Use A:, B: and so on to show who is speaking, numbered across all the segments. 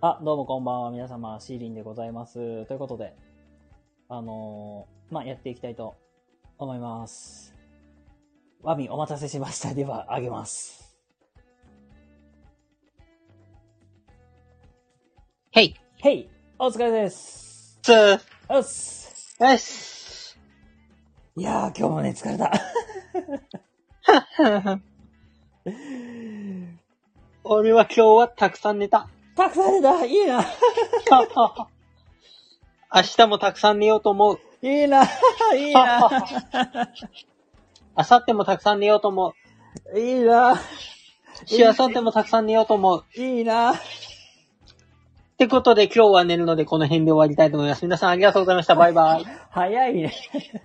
A: あ、どうもこんばんは、皆様、シーリンでございます。ということで、あのーまあ、やっていきたいと思います。ワミ、お待たせしました。では、あげます。
B: ヘイ
A: へいお疲れです
B: ツー
A: うっす
B: よし
A: いやー、今日もね、疲れた。
B: 俺は今日はたくさん寝た。
A: たくさん寝たいいな
B: 明日もたくさん寝ようと思う。
A: いいないい な
B: 明後日もたくさん寝ようと思う。
A: いいな
B: し、明後日もたくさん寝ようと思う。
A: いいな
B: ってことで今日は寝るのでこの辺で終わりたいと思います。皆さんありがとうございました。バイバイ。
A: 早いね。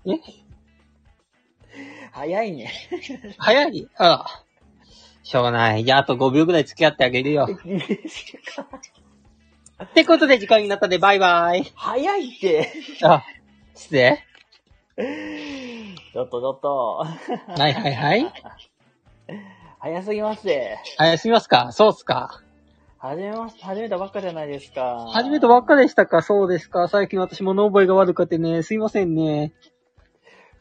B: え
A: 早いね。
B: 早いあら。しょうがない。じゃああと5秒ぐらい付き合ってあげるよ。ってことで時間になったんでバイバイ。
A: 早いって。
B: あ、失礼。
A: ちょっとちょっと。
B: はいはいはい。
A: 早すぎますて。
B: あ、休みますかそうっすか。
A: 始めます、始めたばっかじゃないですか。
B: 初めてばっかでしたかそうですか。最近私もノーボイが悪くてね、すいませんね。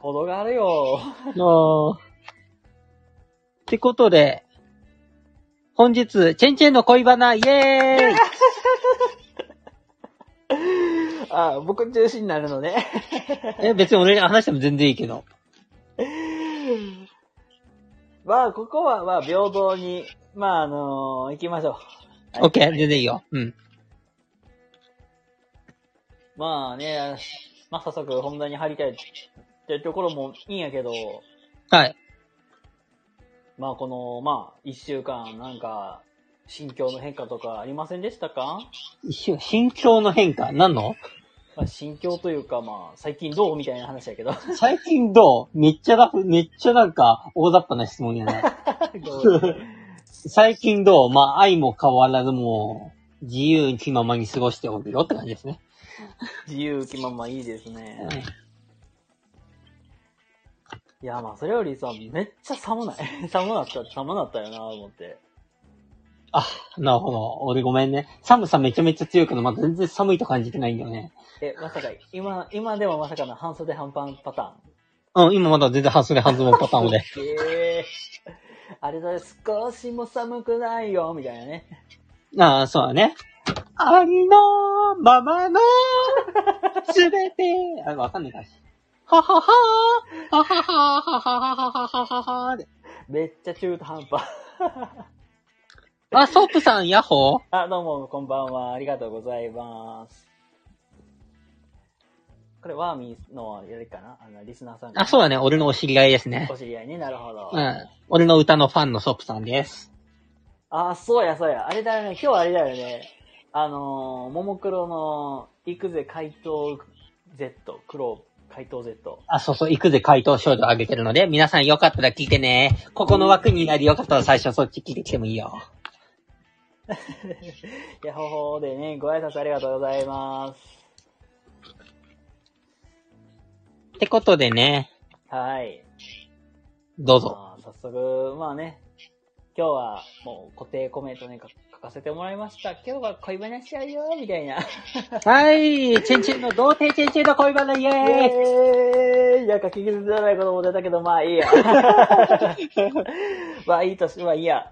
A: ほどがあるよ。
B: のってことで、本日、チェンチェンの恋バナ、イエーイ
A: あ、僕中心になるのね。
B: え、別に俺に話しても全然いいけど。
A: まあ、ここは、まあ、平等に、まあ、あのー行きましょはい
B: オッケー、全然いいよ。うん。
A: う。まあね、まあ、早速本題に入りたいってところもいいんやけど、
B: はい。
A: まあ、この、まあ、一週間、なんか、心境の変化とかありませんでしたか、
B: 一瞬心境の変化、何の
A: まあ、心境というか、まあ、最近どうみたいな話やけど。
B: 最近どうめっちゃラフ、めっちゃなんか、大雑把な質問や な。最近どうまあ、愛も変わらずもう、自由気ままに過ごしておるよって感じですね。
A: 自由気ままいいですね。
B: うん
A: いや、まあ、それよりさ、めっちゃ寒ない。 寒なった、寒なったよな、思って。
B: あ、なるほど。俺ごめんね。寒さめちゃめちゃ強いけど、まだ全然寒いと感じてないんだよね。
A: え、まさか、今、今でもまさかの半袖半パンパタ
B: うん、今まだ全然半袖半ズボンパターンで。
A: ーン。ええ あれだね、少しも寒くないよ、みたいなね。
B: ああ、そうだね。ありのままの、すべて、あ、わかんないかし。ははははははははははははははで。
A: めっちゃ中途半端。
B: あ、ソープさん、ヤッホー
A: あ、どうも、こんばんは。ありがとうございます。これ、ワーミーの、やりかなあの、リスナーさんが
B: あ、そうだね。俺のお知り合いですね
A: お。知り合いになるほど。
B: うん。俺の歌のファンのソープさんです。
A: あ、そうや、そうや。あれだよね、今日あれだよね。あのー、ももクロの、行くぜ、怪盗 Z、クロー、怪盗 Z。
B: あ、そうそう、行くぜ、回答少女あげてるので、皆さんよかったら聞いてね。ここの枠になりよかったら最初そっち聞いてきてもいいよ。
A: ヤホホーでね、ご挨拶ありがとうございます。
B: ってことでね、
A: はい。
B: どうぞ。
A: まあ、早速、まあね、今日はもう固定コメントね、か書かせてもらいました。今日は恋話しちゃうよ、みたいな。
B: はい、チェンチェンの童貞チェンチェンの恋バナイエ
A: え
B: ーイ
A: ーい、なんか聞き捨てないことも出たけど、まあいいや。 まあいいとし、まあいいや。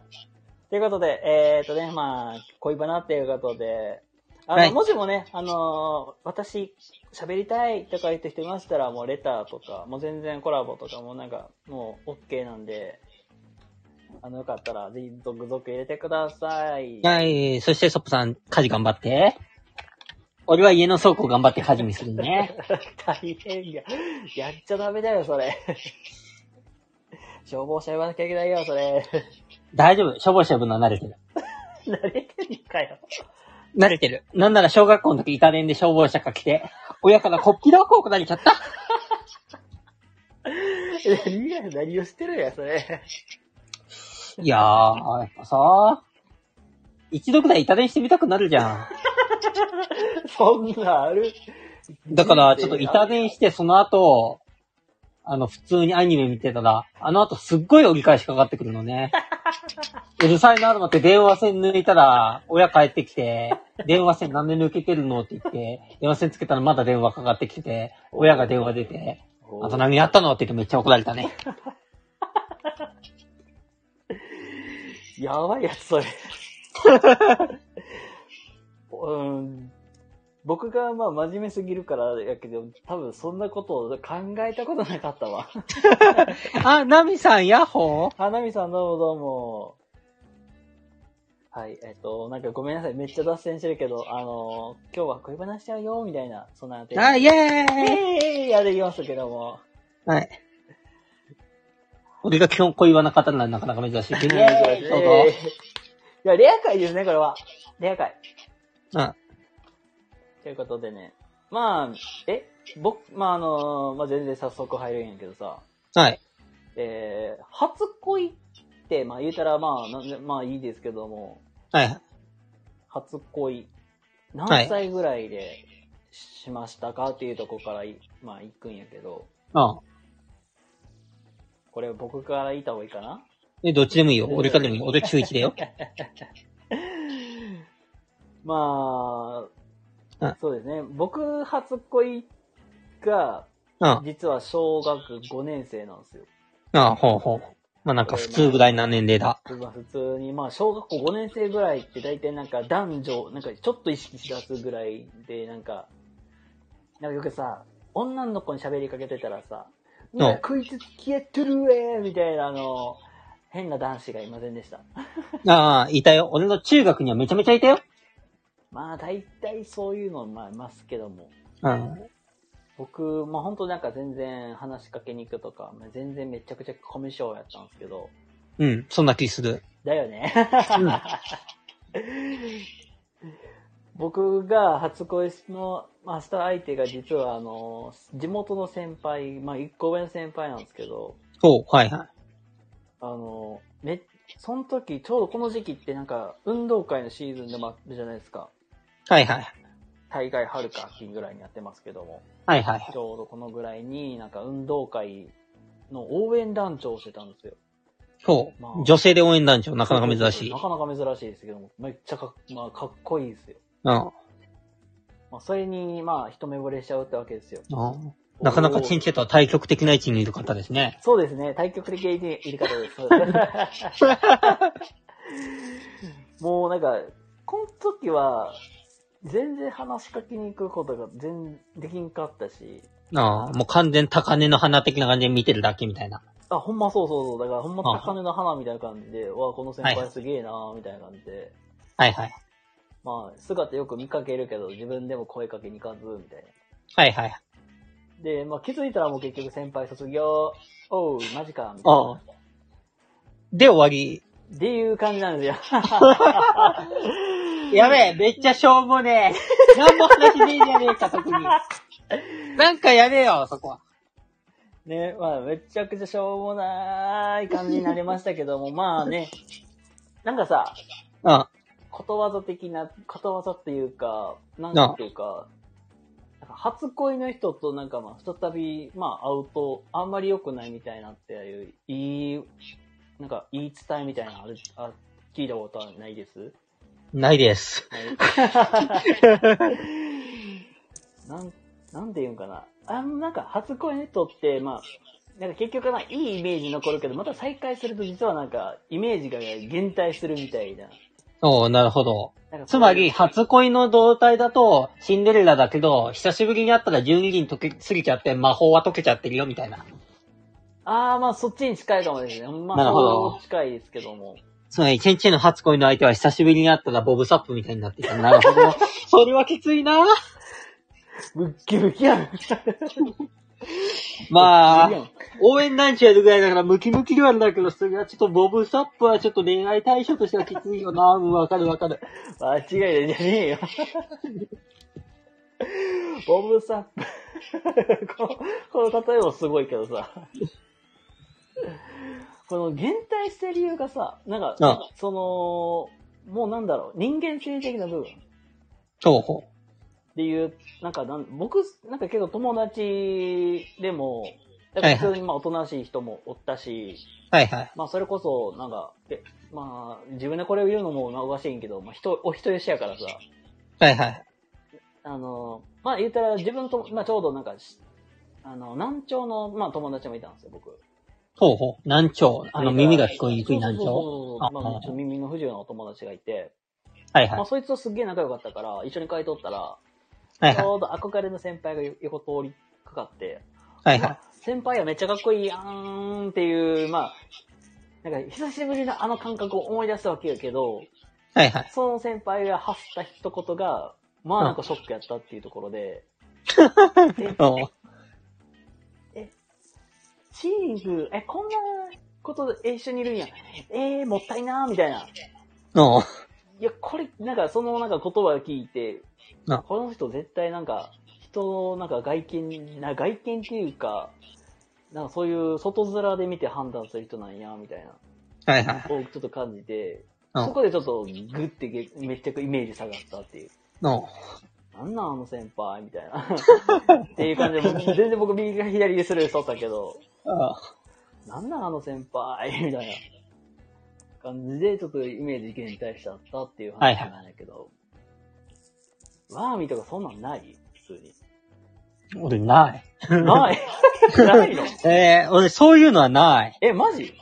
A: ということで、えー、とね、まあ、恋バナっていうことで、あの、
B: はい
A: もしもね、あのー私、喋りたいとか言って人いましたら、もうレターとか、もう全然コラボとかもなんか、もう OK なんで、あの、よかったら、ぜひ、続々入れてください。
B: はい、そしてソップさん、家事頑張って。俺は家の倉庫頑張って家事にするね。
A: 大変や。やっちゃダメだよ、それ。消防車呼ばなきゃいけないよ、それ。
B: 大丈夫、消防車呼ぶのは慣れてる。
A: 慣れてんのかよ。
B: 慣れてる。なんなら小学校の時イタレンで消防車が来て、親からこっぴらをこうこなれちゃった。
A: 何や、何をしてるんや、それ。
B: いやー、やっぱさ、一度くらいイタレンしてみたくなるじゃん。
A: そんなんある。
B: だから、ちょっとイタレンして、その後、あの、普通にアニメ見てたら、あの後すっごい折り返しかか ってくるのね。うるさいなと思って電話線抜いたら、親帰ってきて、電話線なんで抜けてるのって言って、電話線つけたらまだ電話かかってきてて、親が電話出て、あと何やったのって言ってめっちゃ怒られたね。
A: やばいやつ、それ。 うん、僕がまあ真面目すぎるからやけど、多分そんなことを考えたことなかったわ。
B: あ、ナミさん、ヤッホー
A: 花見さんどうもどうも。はい、えっと、なんかごめんなさい。めっちゃ脱線してるけど、あの今日は恋話しちゃうよ、みたいな、そんなテーマ
B: あ、イェ
A: イ
B: ーイ
A: エーイやできますけども。
B: はい。俺が基本恋バナ語るのはなかなか珍し い。
A: イ
B: けど
A: エーイ
B: どうぞ
A: いや、レア回ですね、これは。レア回。
B: うん。
A: ということでね。まあ、え、僕、まああの、まあ全然早速入るんやけどさ、
B: はい。
A: えー、初恋って、まあ言うたらまあ、なんでまあいいですけども、
B: はい。
A: 初恋、何歳ぐらいでしましたかっていうとこからい、まあ行くんやけど、
B: うん。
A: これ僕から言った方がいいかな
B: え、どっちでもいいよ。俺からでもいいよ。俺中1だよ。
A: まあ、
B: うん
A: そうですね。僕、初恋が、
B: うん。
A: 実は小学5年生なんですよ。
B: ああ、ほうほう。まあなんか普通ぐらいな年齢だ。
A: まあ普通に、まあ小学校5年生ぐらいって大体なんか男女、なんかちょっと意識しだすぐらいで、なんか、なんかよくさ、女の子に喋りかけてたらさ、
B: ん
A: なんか食いつきえとるえみたいなあの、変な男子がいませんでした。
B: ああ、いたよ。俺の中学にはめちゃめちゃいたよ。
A: まあ大体そういうの、まあいますけども。
B: うん。
A: 僕、まあ本当なんか全然話しかけに行くとか、まあ全然めちゃくちゃコミュ障やったんですけど、
B: うん。そんな気する。
A: だよね。
B: うん。
A: 僕が初恋の、まあ、した相手が実はあの、地元の先輩、まあ、一個上の先輩なんですけど、
B: ほう、はいはい。
A: あの、め、その時、ちょうどこの時期ってなんか、運動会のシーズンでもあるじゃないですか。
B: はいはい。
A: 大会春か秋ぐらいにやってますけども、
B: はいはい
A: ち。ょうどこのぐらいになんか運動会の応援団長をしてたんですよ。
B: ほ
A: まあ
B: う。女性で応援団長、なかなか珍しい
A: な。かなか珍しいですけども、めっちゃかっ、まあ、かっこいいですよ。
B: うん。うん
A: まあ、それに、まあ、一目惚れしちゃうってわけですよ。
B: なかなかチンチェとは対極的な位置にいる方ですね。
A: そうですね。対極的に入り方です。もうなんか、この時は、全然話しかけに行くことが全できんかったし、
B: ああ、もう完全高根の花的な感じで見てるだけみたいな。
A: あ、ほんまそうそうそう、だからほんま
B: あ
A: 高根の花みたいな感じで、わあ、この先輩すげえなーみたいな感じで、
B: はいはい。
A: まあ、姿よく見かけるけど、自分でも声かけに行かず、みたいな。
B: はいはい。
A: で、まあ気づいたらもう結局先輩卒業、おう、マジか、みたい
B: あ
A: な
B: あ。。で終わり。
A: っていう感じなんですよ。
B: やべえ、めっちゃしょうもねえ。なんも話ねえじゃねえか、特に。なんかやれよ、そこは。
A: ね、まあ、めちゃくちゃしょうもない感じになりましたけども、まあね、なんかさ、
B: うん。
A: ことわざ的な、ことわざっていうか、なんていうか、なんか初恋の人となんかまあ、再び、まあ、会うと、あんまり良くないみたいなっていう、いい、なんか、言い伝えみたいなのある、あ、聞いたことはないです
B: ないです。
A: なん、 なんて言うんかな。あの、なんか、初恋の人って、まあ、なんか結局な、いいイメージ残るけど、また再会すると実はなんか、イメージが減退するみたいな。
B: おうなるほど。
A: なんか
B: つまり、初恋の胴体だと、シンデレラだけど、久しぶりに会ったら12時に溶け、過ぎちゃって、魔法は溶けちゃってるよ、みたいな。
A: ああ、まあ、そっちに近いかもですね。まあ、
B: なるほど
A: そう近いですけども。
B: つまり、チェンチェンの初恋の相手は久しぶりに会ったらボブサップみたいになっていた。なるほど。 それはきついな
A: ムッキムキやん。
B: ま
A: いいや
B: あ、
A: ん
B: 応援団地やるぐらいだからムキムキではあるんだけど、それはちょっとボブサップはちょっと恋愛対象としてはきついよなうん、わかるわかる。
A: 間違いないじゃねえよ。ボブサップこの。この例えもすごいけどさ。この減退してる理由がさ、なんか、
B: うん
A: その、もうなんだろう、人間性的な部分
B: ほうほ
A: っていう、なんかなん、僕、なんか結構友達でも、なんか普通にまあおとなしい人もおったし、
B: う。はいはい。
A: まあそれこそ、なんか、えまあ自分でこれを言うのもまあおかしいんけど、まあ人、お人よしやからさ、
B: はいはい。
A: あの、まあ言ったら自分と、まあちょうどなんかし、あの、南朝の、まあ友達もいたんですよ、僕。
B: ほうほう。難聴。あの、耳が聞こえにくい難
A: そうそう
B: 聴。
A: そうそうまあ
B: あ
A: ちょっと耳の不自由なお友達がいて、
B: はいは
A: まあ
B: い。
A: そいつとすっげえ仲良かったから、一緒に買い取ったら、
B: はい
A: ち
B: はい。
A: ょうど憧れの先輩が横通りかかって、
B: はいはい。
A: 先輩はめっちゃかっこいいやんっていう、まあ、なんか久しぶりのあの感覚を思い出すわけやけど、
B: はいはい。
A: その先輩が発した一言が、まあなんかショックやったっていうところで、
B: おう
A: チーズ、え、こんなことで一緒にいるんや。えー、もったいなーみたいな。
B: おう
A: いや、これ、なんかそのなんか言葉を聞いて
B: な、
A: この人絶対なんか、人のなんか外見、な外見っていうか、なんかそういう外面で見て判断する人なんや、みたいな。
B: はいはい。
A: をちょっと感じて、
B: うん
A: そこでちょっとグッてげめっちゃイメージ下がったっていう。
B: おう
A: なんなんあの先輩みたいな。 っていう感じで、もう全然僕右か左でスルーしとったけど、
B: あ
A: なんなんあの先輩 みたいな感じで、ちょっとイメージ意見に対してあったっていう話なんだけど、ワーミーとかそんなんない普通に。
B: 俺ない。
A: ない ないの
B: えー、俺そういうのはない。
A: え、マジ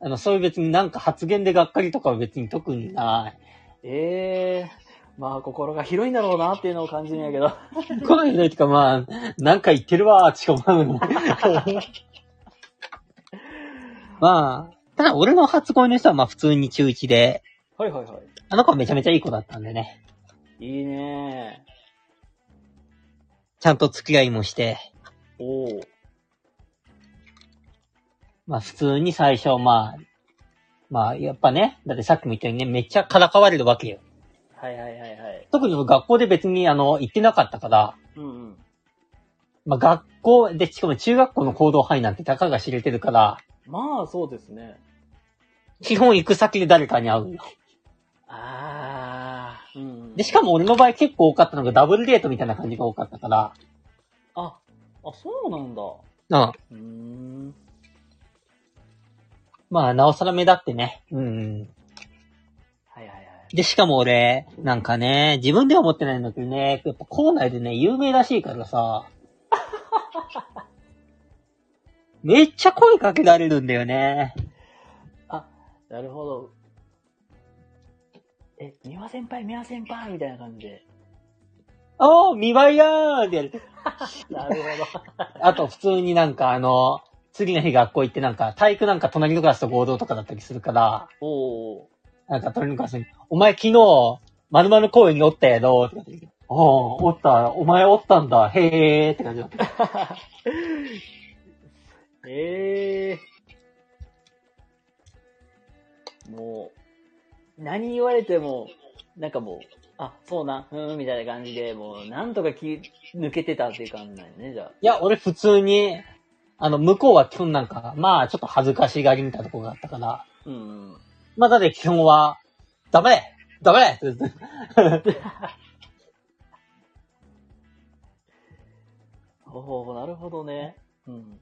B: あの、そういう別になんか発言でがっかりとかは別に特にない。
A: ええまあ心が広いんだろうなっていうのを感じるんやけど。
B: この人とかまあ、なんか言ってるわーって思う。 まあ、ただ俺の初恋の人はまあ普通に中1で、
A: はいはいは
B: あの子はめちゃめちゃいい子だったんでね。
A: い。いいね
B: ちゃんと付き合いもして、
A: おお。
B: まあ普通に最初まあ、まあやっぱね、だってさっきも言ったようにね、めっちゃからかわれるわけよ。
A: はいはいはいはい。
B: 特に学校で別にあの、行ってなかったから、
A: うんうん。
B: まあ学校で、しかも中学校の行動範囲なんてたかが知れてるから、
A: まあそうですね。
B: 基本行く先で誰かに会うよ。
A: ああ。うんうん。
B: で、しかも俺の場合結構多かったのがダブルデートみたいな感じが多かったから、
A: あ、あ、そうなんだ。
B: う
A: うー
B: ん。
A: ん。
B: まあ、なおさら目立ってね。うん。
A: はいはいはい。
B: で、しかも俺、なんかね、自分では思ってないんだけどね、やっぱ校内でね、有名らしいからさ、めっちゃ声かけられるんだよね。
A: なるほど。え、三輪先輩、三輪先輩みたいな感じで。
B: おー、見栄えやーってやる。
A: なるほ
B: あと、普通になんかあの、次の日学校行ってなんか、体育なんか隣のクラスと合同とかだったりするから、
A: ど。お お。
B: なんか鳥の川さんに、お前昨日、〇〇公園におったやろとかって言ってああ、おった、お前おったんだ、へえーって感じだった。
A: ええもう、何言われても、なんかもう、あ、そうな、うーん、みたいな感じで、もう、なんとかき抜けてたっていう感じなんやね、じゃあ。
B: いや、俺普通に、あの、向こうは基本なんか、まあ、ちょっと恥ずかしがりみたいなところがあったから、
A: うんうん。
B: まあ、だって基本は、ダメダメって言って
A: おおなるほどね。うん。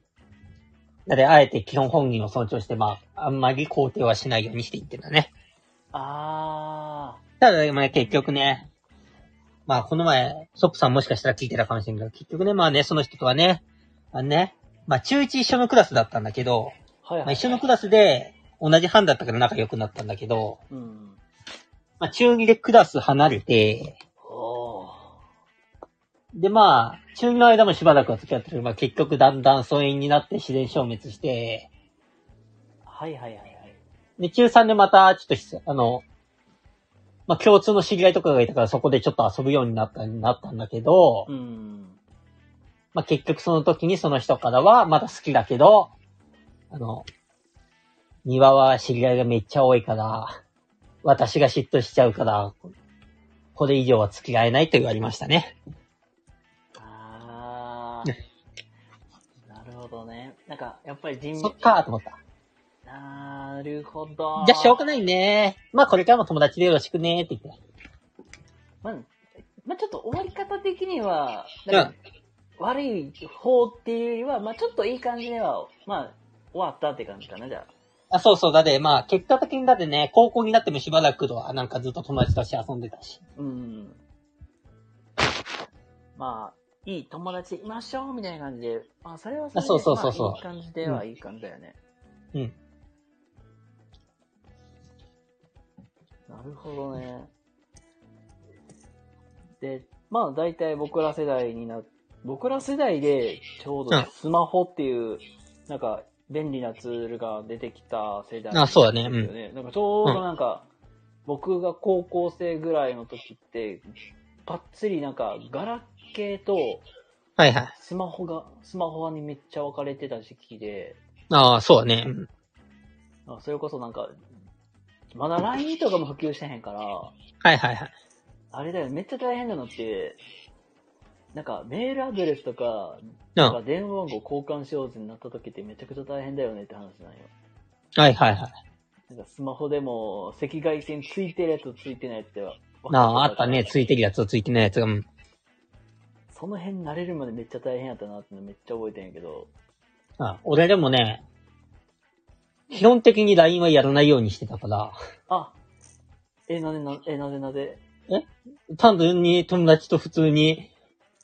B: だってあえて基本本人を尊重して、まあ、あんまり肯定はしないようにしていってたね。
A: あ
B: ただ、まあ結局ね、まあこの前、ソップさんもしかしたら聞いてたかもしれんけど、結局ね、まあね、その人とはね、あのね、まあ中1一緒のクラスだったんだけど、
A: ー。はいはい、
B: まあ一緒のクラスで同じ班だったから仲良くなったんだけど、
A: うん。
B: まあ中2でクラス離れて、
A: おー。
B: でまあ、中2の間もしばらくは付き合ってるけどまあ結局だんだん疎遠になって自然消滅して、
A: はいはいはいはい。
B: で、中3でまた、ちょっとひ、あの、まあ共通の知り合いとかがいたからそこでちょっと遊ぶようになった、なったんだけど、
A: うん。
B: まあ、結局その時にその人からは、まだ好きだけど、あの、庭は知り合いがめっちゃ多いから、私が嫉妬しちゃうから、これ以上は付き合えないと言われましたね。
A: あー。なるほどね。なんか、やっぱり人
B: そっかーと思った。
A: なるほど。
B: じゃあしょうがないねー。まあこれからも友達でよろしくねーって言って。
A: まあ、まあ、ちょっと終わり方的には、
B: うん
A: なんか悪い方っていうよりは、まあ、ちょっといい感じでは、まあ、終わったって感じかな、じゃ
B: あ、そうそう。だってまあ結果的にだってね、高校になってもしばらくはなんかずっと友達として遊んでたし。
A: あ。うん。まあ、いい友達いましょうみたいな感じで、まあ、それはれで
B: あそうそうそうそう
A: まあいい感じでは、いい感じだよね。
B: うん。
A: なるほどね。で、まあ、大体僕ら世代にな、僕ら世代で、ちょう
B: う
A: ど
B: ん
A: スマホっていう、なんか、便利なツールが出てきた世代、
B: あそうだねう
A: です
B: ん
A: よね。なんか、ちょうどなんか、僕が高校生ぐらいの時って、ぱっつりなんか、ガラケーと
B: はいはい。
A: スマホが、スマホにめっちゃ分かれてた時期で、
B: ああ、そうだね。うん
A: あそれこそなんか、まだ LINE とかも普及してへんから、
B: はいはいはい。
A: あれだよ、めっちゃ大変なのって、なんかメールアドレスとか、
B: う
A: なんか
B: ん。
A: 電話番号交換しようぜになった時ってめちゃくちゃ大変だよねって話なんよ。
B: はいはいはい。
A: なんかスマホでも赤外線ついてるやつついてないやつでは。
B: ああ、あったね。。ついてるやつとついてないやつが。うん。
A: その辺慣れるまでめっちゃ大変やったなってのめっちゃ覚えてんやけど。
B: あ俺でもね、基本的に LINE はやらないようにしてたから、
A: あ、え、なぜな、え、なぜなぜ。
B: 単純に友達と普通に、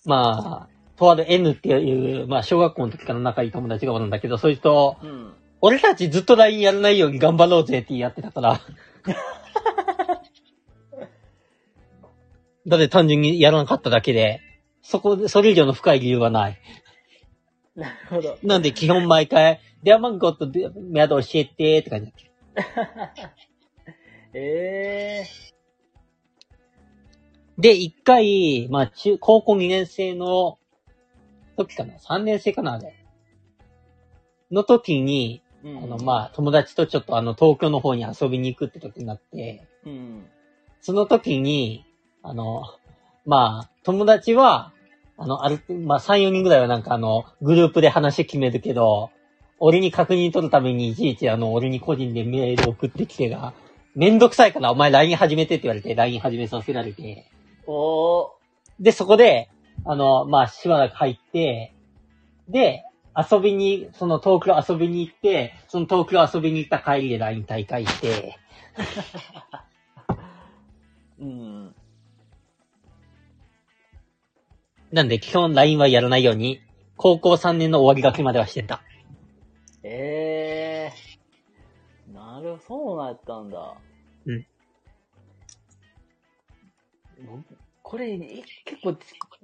B: まあ、とある N っていう、まあ、小学校の時から仲いい友達がおるんだけど、そいつと、
A: うん。
B: 俺たちずっと LINE やらないように頑張ろうぜってやってたから。だって単純にやらなかっただけで、そこで、それ以上の深い理由はない。
A: なるほど。
B: なんで基本毎回、電話番号とメアド教えてって感じだった。
A: ええ
B: で、一回、まあ中、高校2年生の時かな ?3 年生かなあれ。の時に、
A: ー。
B: あの、まあ、友達とちょっとあの、東京の方に遊びに行くって時になって、
A: あ。うん。
B: その時に、あの、まあ、友達は、あの、ある、まあ、3、4人ぐらいはなんかあの、グループで話決めるけど、俺に確認取るためにいちいちあの、俺に個人でメール送ってきてが、めんどくさいからお前 LINE 始めてって言われて、LINE 始めさせられて、
A: おー。
B: で、そこで、あの、まあ、しばらく入って、で、遊びに、その東京遊びに行って、その東京遊びに行った帰りで LINE 大会して、
A: うん。
B: なんで基本 LINE はやらないように、高校3年の終わりがけまではしてた。
A: ええー。なるそうなんやったんだ。
B: うん
A: 僕。これ、い結構、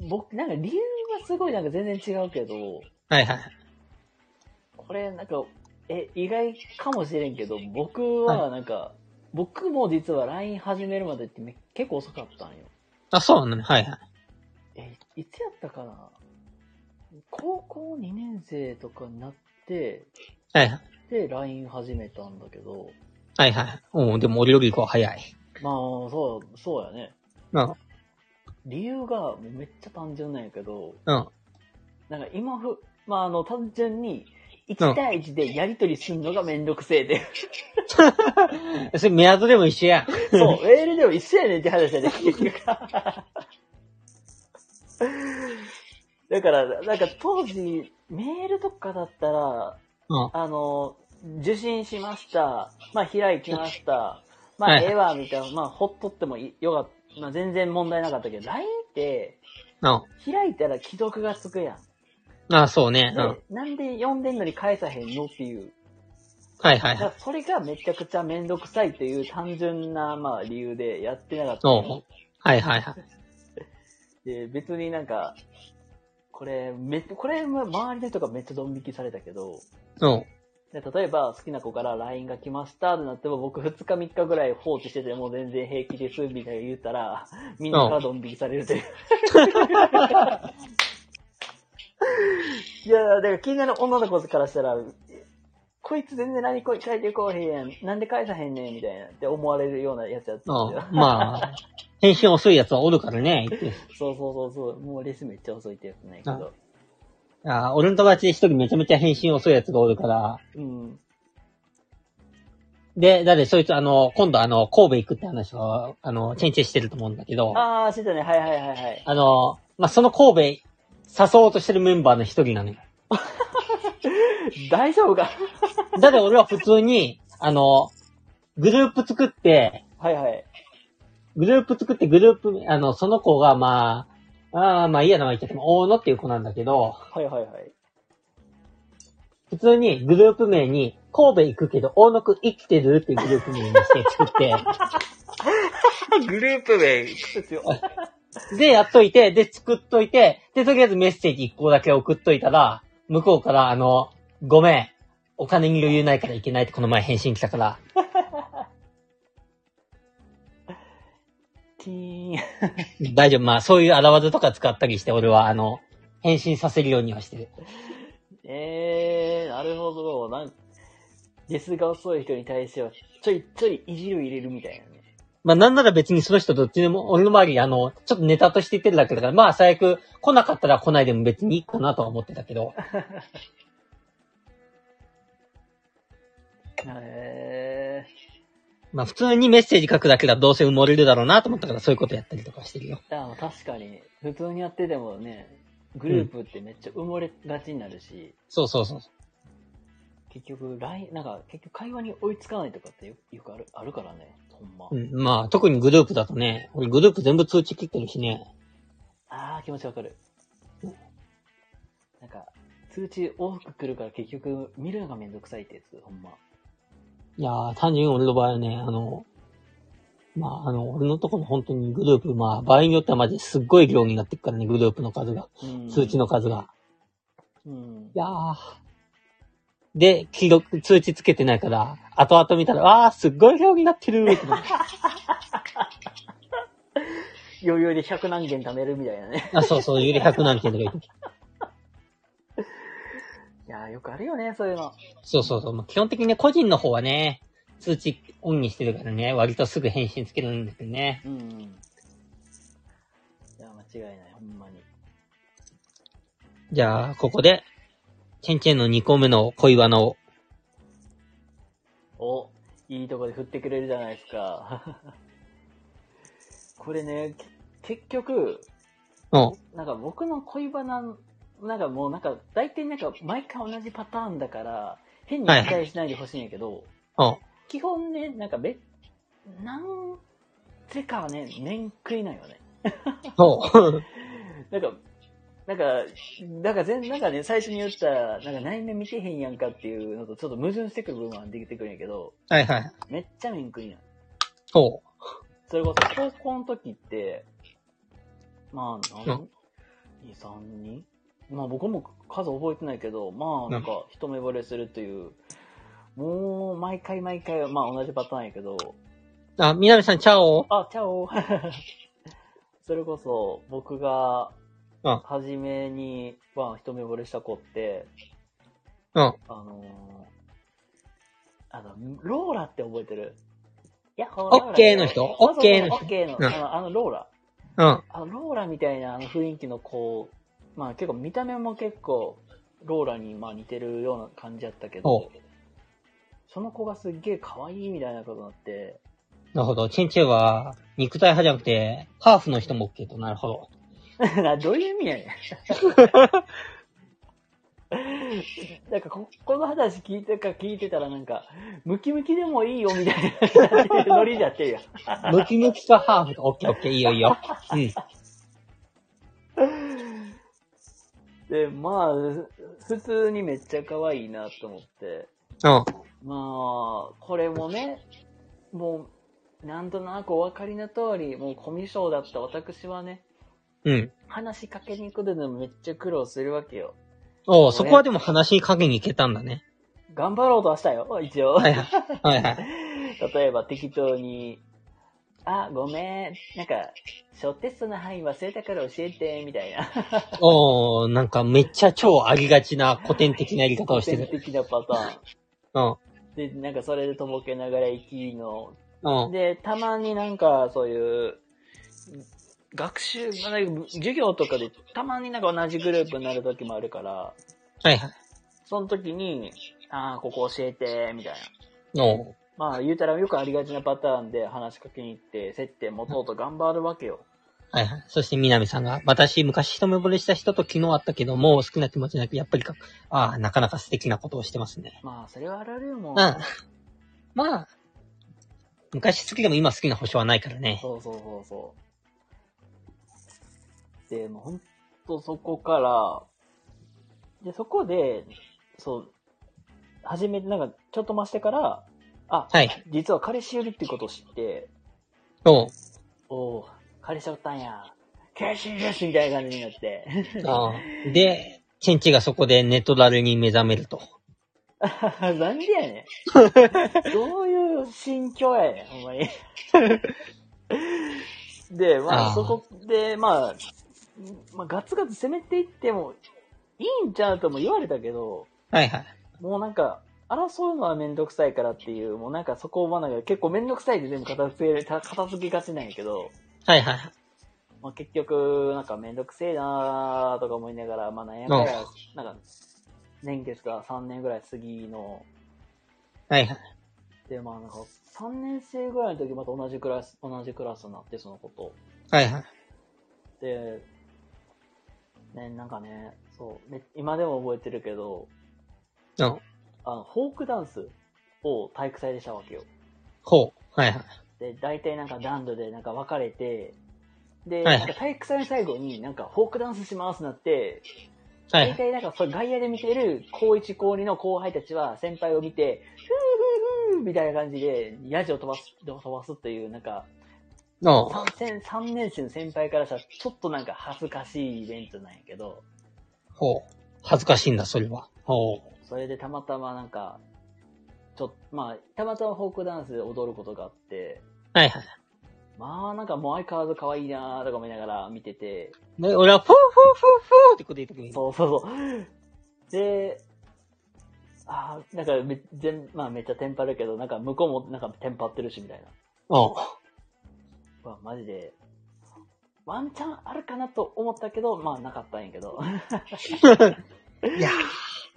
A: 僕、なんか理由がすごいなんか全然違うけど、
B: はいはい。
A: これなんか、え、意外かもしれんけど、僕はなんか、僕も実は LINE 始めるまでってめ結構遅かったんよ。
B: あ、そうなのはいはい。
A: え、いつやったかな高校2年生とかになって、
B: はいはい。
A: で、LINE 始めたんだけど、
B: はいはい。うん、でも俺より以降は早い。
A: まあ、そう、そうやね。
B: うん、
A: 理由がもうめっちゃ単純なんやけど、
B: うん。
A: なんか今ふ、まああの、単純に、1対1でやりとりすんのがめんどくせえで。
B: それ目安でも一緒や。
A: そう、メールでも一緒やねんって話やね、結局。 だから、なんか当時、メールとかだったら、
B: うん。
A: あの、受信しました。まあ、開きました。まあ、
B: はい
A: ええわ、みたいな。まあ、ほっとってもいよかった。まあ、全然問題なかったけど、LINE って、
B: うん。
A: 開いたら既読がつくやん。
B: あ、そうね。うん。
A: で、なんで読んでんのに返さへんのっていう。
B: はいはい
A: だか
B: はい。
A: らそれがめちゃくちゃめんどくさいっていう単純な、まあ、理由でやってなかったの。
B: うん。はいはいはい。
A: で、別になんか、これ、め、これ、周りの人がめっちゃドン引きされたけど、
B: うん。
A: で例えば好きな子から LINE が来ましたってなっても僕2日3日ぐらい放置しててもう全然平気ですみたいな言ったらみんなからドン引きされるという。いや、だから気になる女の子からしたら、こいつ全然何こい書いてこうへんやん。なんで返さへんねんみたいなって思われるようなやつやったんですよ。
B: うん。まあ、返信遅いやつはおるからね。
A: そうそうそうそう。もうレスめっちゃ遅いってやつないけど。
B: あ俺の友達で一人めちゃめちゃ返信遅いやつがおるから。
A: うん。
B: で、だってそいつあの、今度あの、神戸行くって話を、あの、チェンチェンしてると思うんだけど、あ
A: あー、してたね。はいはいはいはい。
B: の、まあ、その神戸、誘おうとしてるメンバーの一人なのよ。
A: 大丈夫か
B: だって俺は普通に、あの、グループ作って、
A: はいはい。
B: グループ作ってグループ、あの、その子がまあ、ああ、まあいいや名前言っちゃっても、大野っていう子なんだけど、
A: はいはいはい。
B: 普通にグループ名に、神戸行くけど、大野くん生きてるっていうグループ名にして作って、
A: グループ名、ですよ。
B: で、やっといて、で、作っといて、で、とりあえずメッセージ1個だけ送っといたら、向こうから、あの、ごめん、お金に余裕ないからいけないってこの前返信来たから、
A: ティーン。
B: 大丈夫、まあ、そういうあらわずとか使ったりして、俺は、あの、返信させるようにはしてる。
A: えー、なるほど。なんデスが遅い人に対しては、ちょいちょいいじる入れるみたいなね。
B: まあ、なんなら別にその人どっちでも、俺の周り、あの、ちょっとネタとして言ってるだけだから、まあ、最悪、来なかったら来ないでも別にいいかなとは思ってたけど、
A: え
B: まあ、普通にメッセージ書くだけだとどうせ埋もれるだろうなと思ったから、そういうことやったりとかしてるよ。
A: ー、あ確かに、普通にやっててもね、グループってめっちゃ埋もれがちになるし、
B: そうそうそう。
A: 結局、ラインなんか、結局会話に追いつかないとかってよよくある、あるからね、ほんま。
B: うん、まあ、特にグループだとね、俺グループ全部通知切ってるしね。
A: あー、気持ちわかる。なんか、通知往復来るから結局、見るのがめんどくさいってやつ、ほんま。
B: いやー、単純に俺の場合はね、あの、まあ、あの、俺のところ本当にグループ、まあ、場合によってはマジですっごい量になってくからね、グループの数が、
A: うん
B: 通知。の数が。
A: うん
B: い。やー。で、記録、通知つけてないから、後々見たら、わー、すっごい量になってるってな
A: 余裕で100何件貯めるみたいなね。
B: あ、そうそう、ゆり100何件とか言って。
A: いやー、よくあるよね、そういうの。
B: そうそうそう、まあ、基本的にね、個人の方はね、通知オンにしてるからね、割とすぐ返信つけるんだけどね。
A: うん、うん。いや、間違いない、ほんまに。
B: じゃあ、ここで、チェンチェンの2個目の恋バナを。
A: お、いいとこで振ってくれるじゃないですか。 これね、け結局、
B: うん。
A: なんか僕の恋バナ、なんかもうなんか、大体なんか毎回同じパターンだから、変に期待しないでほしいんやけど、
B: うん。
A: 基本ね、なんかべ、なんてかはね、面食いないよね。
B: そう。
A: なんか、なんか、なんか全、なんかね、最初に言った、なんか内面見てへんやんかっていうのとちょっと矛盾してくる部分はできてくるんやけど、
B: はいはい。
A: めっちゃ面食いなん。
B: そ
A: それこそ高校の時って、まあ、
B: う
A: 何 ?2、3人まあ僕も数覚えてないけど、まあなんか一目惚れするという、もう毎回毎回、まあ同じパターンやけど、
B: う。あ、みなみさん、チャオ。
A: あ、チャオ それこそ、僕が、
B: うん
A: 初めに、まあ、一目惚れした子って、
B: うん。
A: あのーあの、ローラって覚えてるヤッホ
B: オッケーの人
A: ロラってそうそ
B: オ
A: うそう
B: ッ
A: オッケーの
B: うん
A: あの、あのローラ。
B: うん。
A: あの、ローラみたいなあの雰囲気の子、まあ結構見た目も結構、ローラにまあ似てるような感じやったけど
B: ほ、
A: その子がすっげえ可愛いみたいなことになって、
B: なるほど。チェンチェンは、肉体派じゃなくて、ハーフの人も OK と。なるほど。
A: などういう意味やねん。 なんかこ、この話聞いてか聞いてたらなんか、ムキムキでもいいよみたいな ノリじゃってるよ。
B: ムキムキかハーフか OK、OK。いいよいいよ。うん。
A: で、まあ、普通にめっちゃ可愛いなと思って。
B: うん。
A: まあ、これもね、もう、なんとなくお分かりの通り、もうコミュ障だった私はね、
B: うん。
A: 話しかけに行くのでもめっちゃ苦労するわけよ。
B: おうそこはでも話にかけに行けたんだね。
A: 頑張ろうとはしたよ、一応。
B: はいはい。はいはい。
A: 例えば適当に、あ、ごめん、なんか、小テストの範囲忘れたから教えて、みたいな。
B: おうなんかめっちゃ超ありがちな古典的なやり方をして
A: 典
B: る。
A: 的なパタ
B: うん。
A: ーン。で、なんかそれでとぼけながら生きの
B: うん。
A: で、たまになんかそういう、学習、まあなんか授業とかでたまになんか同じグループになる時もあるから、
B: はいはい。
A: その時に、ああ、ここ教えて、みたいな。
B: おう
A: まあ言うたらよくありがちなパターンで話しかけに行って、接点持とうと頑張るわけよ。
B: はいはい。そして、みなみさんが、私、昔一目惚れした人と昨日会ったけど、もう好きな気持ちなく、やっぱりか、ああ、なかなか素敵なことをしてますね。
A: まあそれはあられるもん
B: う。ん。まあ、昔好きでも今好きな保証はないからね。
A: そうそうそうそって、もうほんとそこから、で、そこで、そう、初めて、なんか、ちょっと増してから、あ、
B: はい。
A: 実は彼氏いるってことを知って、
B: おう。
A: おー、彼氏おったんや。彼氏ですみたいな感じになって。
B: あーで、チェンチがそこでネトラルに目覚めると。
A: なんでやね ん。どういう心境やねん、ほんまに。 で、ま
B: あ
A: あ、
B: ー
A: そこで、まあ、まあ、ガツガツ攻めていっても、いいんちゃうとも言われたけど、
B: はいはい。
A: もうなんか、争うのはめんどくさいからっていう、もうなんかそこを学が結構めんどくさいで全部片付ける、た片付けがちなんやけど、
B: はいはい。
A: まあ、結局、なんかめんどくせえなーとか思いながら、まあ、なんやかんや、なんか、年月が3年ぐらい過ぎの、
B: はいはい。
A: で、まあなんか、3年生ぐらいの時また同じクラス、同じクラスになって、そのこと。
B: はいはい。
A: で、ね、なんかね、そう、め今でも覚えてるけど、
B: うん。
A: あの、フォークダンスを体育祭でしたわけよ。
B: ほう。はいはい。
A: で、大体なんか男女でなんか別れて、で、
B: はい
A: なんか体育祭の最後になんかフォークダンスしますなって、
B: は
A: 大
B: い。
A: 体なんかそれ外野で見てる高一高二の後輩たちは先輩を見て、ふーふーふーみたいな感じで、ヤジを飛ばす、飛ばすという、なんか、
B: おう。
A: 3, 先3年生の先輩からしたら、ちょっとなんか恥ずかしいイベントなんやけど、
B: ほう。恥ずかしいんだ、それは。ほう。
A: それでたまたまなんか、ちょっと、まあ、たまたまフォークダンスで踊ることがあって、
B: はいはい。
A: まあなんかもう相変わらず可愛いなーとか思いながら見てて、
B: で、俺は、フォーフォーフォーフォーってこと言ってくれる。
A: そうそうそう。で、ああ、なんかめ全、まあめっちゃテンパるけど、なんか向こうもなんかテンパってるしみたいな。
B: おう。
A: うわ、マジで、ワンチャンあるかなと思ったけど、まあなかったんやけど。
B: いや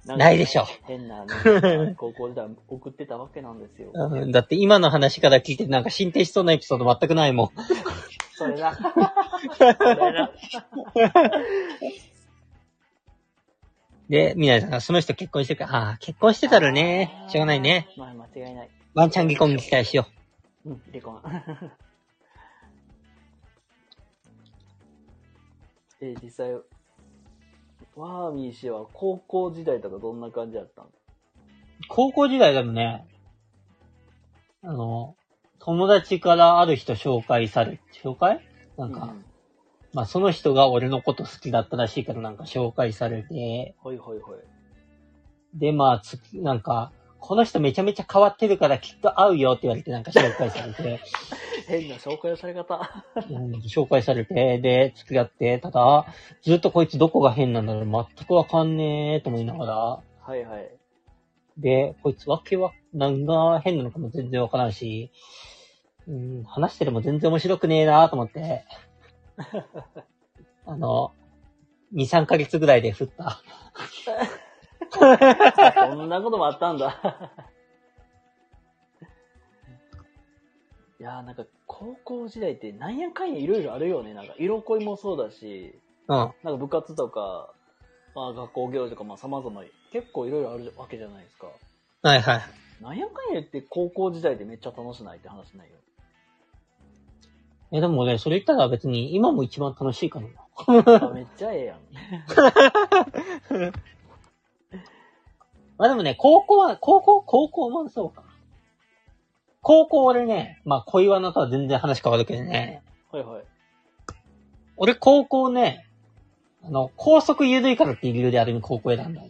A: な
B: ないでしょ
A: 変な、なんか高校時代送ってたわけなんですよ。
B: うんだって今の話から聞いてなんか進展しそうなエピソード全くないもん。
A: それ な。それな。
B: で、みなさんがその人結婚してるから、ああ、結婚してたらね、しょうがないね。。
A: まあ間違いない。
B: ワンチャン離婚に期待しよ
A: うん、離婚。 え、実際、ワーミー氏は高校時代とかどんな感じだったの
B: う。高校時代でもね、あの、友達からある人紹介され、紹介なんか、
A: うん
B: まあその人が俺のこと好きだったらしいからなんか紹介されて、
A: ほいほいほい。
B: でまあつ、なんか、この人めちゃめちゃ変わってるからきっと会うよって言われてなんか紹介されて、
A: 変な紹介のされ方。
B: うん紹介されて、で、付き合って、ただ、ずっとこいつどこが変なんだろう、全くわかんねえと思いながら、
A: はいはい。
B: で、こいつわけは、何が変なのかも全然わからんし、うん、話してるも全然面白くねえなと思 って、あの、2、3ヶ月ぐらいで振った。
A: そんなこともあったんだ。 いやーなんか高校時代ってなんやかんやいろいろあるよね。なんか色恋もそうだし、
B: うん。
A: なんか部活とか、まあ学校行事とか、まあ様々、結構いろいろあるわけじゃないですか。
B: はいはい。
A: なんやかんや言って高校時代でめっちゃ楽しないって話ないよ。
B: え、でもね、それ言ったら別に今も一番楽しいかもな。
A: あめっちゃええやん。
B: まあでもね、高校は、高校高校もそうか。高校俺ね、まあ小岩菜とは全然話変わるけどね。
A: はいはい。
B: 俺高校ね、あの、高速緩いからっていう理由である意味高校選んだ。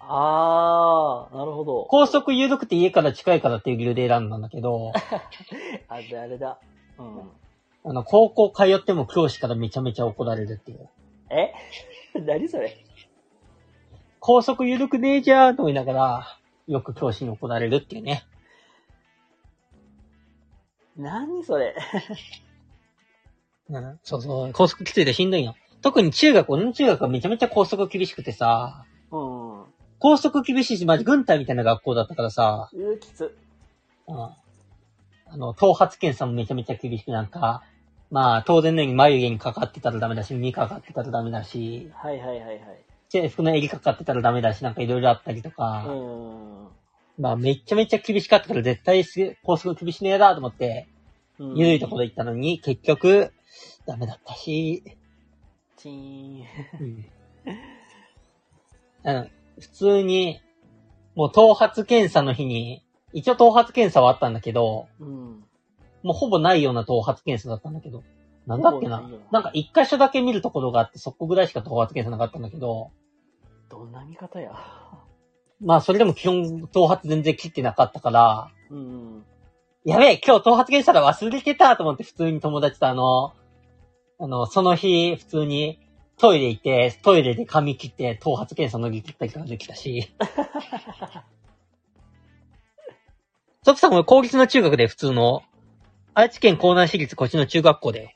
A: あー、なるほど。
B: 高速緩くて家から近いからっていう理由で選んだんだけど、
A: あれあれだ。うん。
B: あの、高校通っても教師からめちゃめちゃ怒られるっていう。
A: え 何それ
B: 高速緩くねえじゃんと思いながら、よく教師に怒られるっていうね。
A: 何それ
B: うん、そうそう、高速きついとしんどいよ。特に中学、俺の中学はめちゃめちゃ高速厳しくてさ、
A: うん。う
B: 高速厳しいし、まじ軍隊みたいな学校だったからさ、
A: ーきつ。
B: うんあの、頭髪検査もめちゃめちゃ厳しくなんか、まあ、当然のように眉毛にかかってたらダメだし、耳かかってたらダメだし、
A: はいはいはいはい。
B: 制服の襟かかってたらダメだし、なんかいろいろあったりと
A: う
B: か、
A: ん。
B: まあ、めちゃめちゃ厳しかったから絶対す高速厳しねえだと思って、
A: うん
B: 緩いところ行ったのに、結局、ダメだったし、
A: チーン。
B: うん。あの、普通に、もう頭髪検査の日に、一応頭髪検査はあったんだけど、
A: うん。
B: もうほぼないような頭髪検査だったんだけど、なんだっけな
A: ほぼないよ。
B: なんか一箇所だけ見るところがあって、そこぐらいしか頭髪検査なかったんだけど、
A: どんな見方や。
B: まあそれでも基本頭髪全然切ってなかったから、
A: うん。
B: やべえ、今日頭髪検査だ忘れてたと思って普通に友達とあの、あの、その日普通にトイレ行って、トイレで髪切って頭髪検査乗り切ったりとかできたし。 トキさんも公立の中学で普通の、愛知県江南市立こっちの中学校で。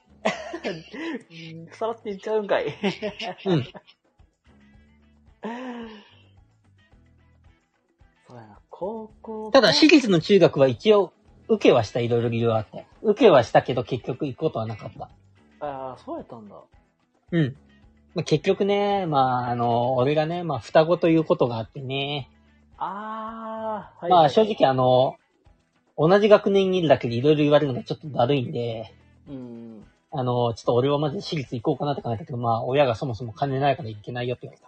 A: さらって言っちゃうんかい。
B: うん。
A: そうやな、高校。
B: ただ、私立の中学は一応、受けはした、いろいろ理由はあって。受けはしたけど、結局行くことはなかった。
A: ああ、そうやったんだ。
B: うん。まあ、結局ね、まあ、あの、俺がね、まあ、双子ということがあってね。
A: ああ、はい
B: まあ、正直あの、同じ学年にいるだけでいろいろ言われるのがちょっとだるいんで、
A: うん。
B: あの、ちょっと俺はまず私立行こうかなって考えたけど、まあ、親がそもそも金ないから行けないよって言わ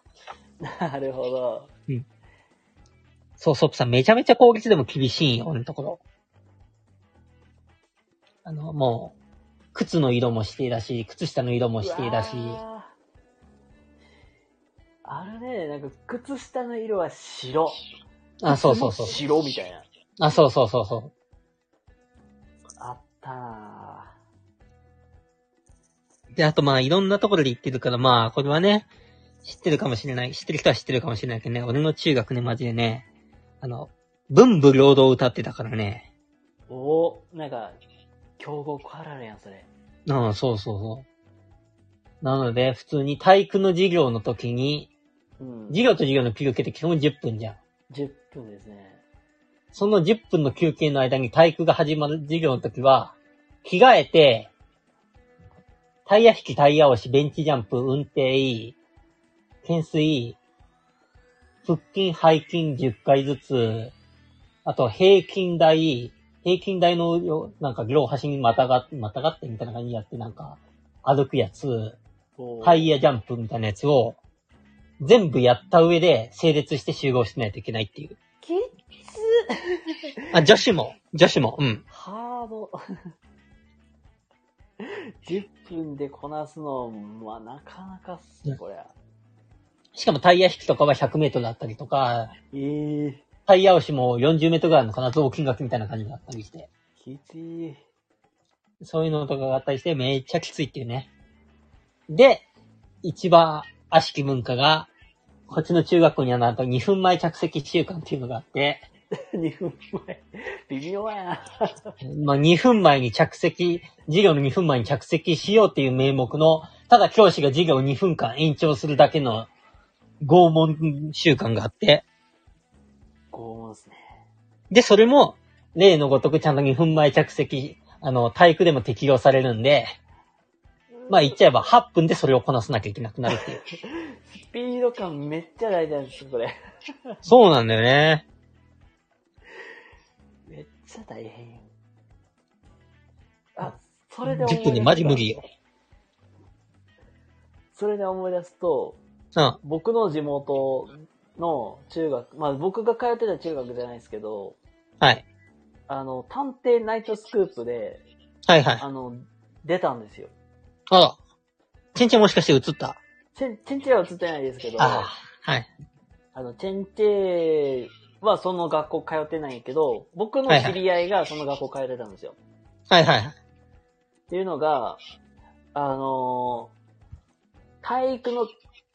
B: れた。
A: なるほど。
B: そう、ソップさん、めちゃめちゃ公立でも厳しいんよ、俺のところ。あの、もう、靴の色も指定だし、靴下の色も指定だし、
A: うわー。あれね、なんか、靴下の色は白。
B: あ、そうそうそう。
A: 白みたいな。
B: あ、そうそうそうそ
A: あったな
B: う。で、あとまあ、いろんなところで行ってるから、まあ、これはね、知ってるかもしれない。知ってる人は知ってるかもしれないけどね、俺の中学ね、マジでね、あの、文武両道を歌ってたからね。
A: ぁおーなんか、強豪こはられやん、それ。
B: うん、そうそうそう。なので、普通に体育の授業の時に、
A: うん。
B: 授業と授業の休憩って基本10分じゃん。
A: 10分ですね。
B: その10分の休憩の間に体育が始まる授業の時は、着替えて、タイヤ引き、タイヤ押し、ベンチジャンプ、運転いい、懸垂、腹筋、背筋10回ずつ、あと平均台、平均台のよ、なんか両端にまたがって、またがってみたいな感じでやって、なんか、歩くやつ、
A: おー
B: タイヤジャンプみたいなやつを、全部やった上で、整列して集合しないといけないっていう。
A: きっつ
B: あ、女子も、女子も、うん。
A: ハード。10分でこなすの、まあ、なかなかっすね、こりゃ。
B: しかもタイヤ引きとかは100メートルだったりとか、
A: ええ
B: タイヤ押しも40メートルぐらいあるのかな、雑巾額みたいな感じだったりして。
A: ー、きつ い。
B: そういうのとかがあったりして、めっちゃきついっていうね。で、一番悪しき文化が、こっちの中学校にはなんと2分前着席習慣っていうのがあって、
A: 2分前。微妙やな。
B: まあ2分前に着席、授業の2分前に着席しようっていう名目の、ただ教師が授業を2分間延長するだけの拷問習慣があって、
A: 拷問っすね。
B: で、それも、例のごとくちゃんと2分前着席、あの、体育でも適用されるんで、まあ言っちゃえば8分でそれをこなさなきゃいけなくなるっていう。
A: スピード感めっちゃ大事なんですよ、これ。
B: そうなんだよね。
A: めっちゃ大変。あ、それで思い出
B: 10
A: す
B: 分でマジ無理よ。
A: それで思い出すと、
B: うん。
A: 僕の地元の中学、まあ僕が通ってた中学じゃないですけど、
B: はい。
A: あの、探偵ナイトスクープで、
B: はいはい。
A: あの、出たんですよ。
B: あら。ちんちんもしかして映った
A: チェン、チェンチェは映ってないですけど、
B: あ
A: あ
B: あ。はい。
A: の、チェンチェはその学校通ってないけど、僕の知り合いがその学校通ってたんですよ。
B: はいはいはい。
A: っていうのが、あのー体育の、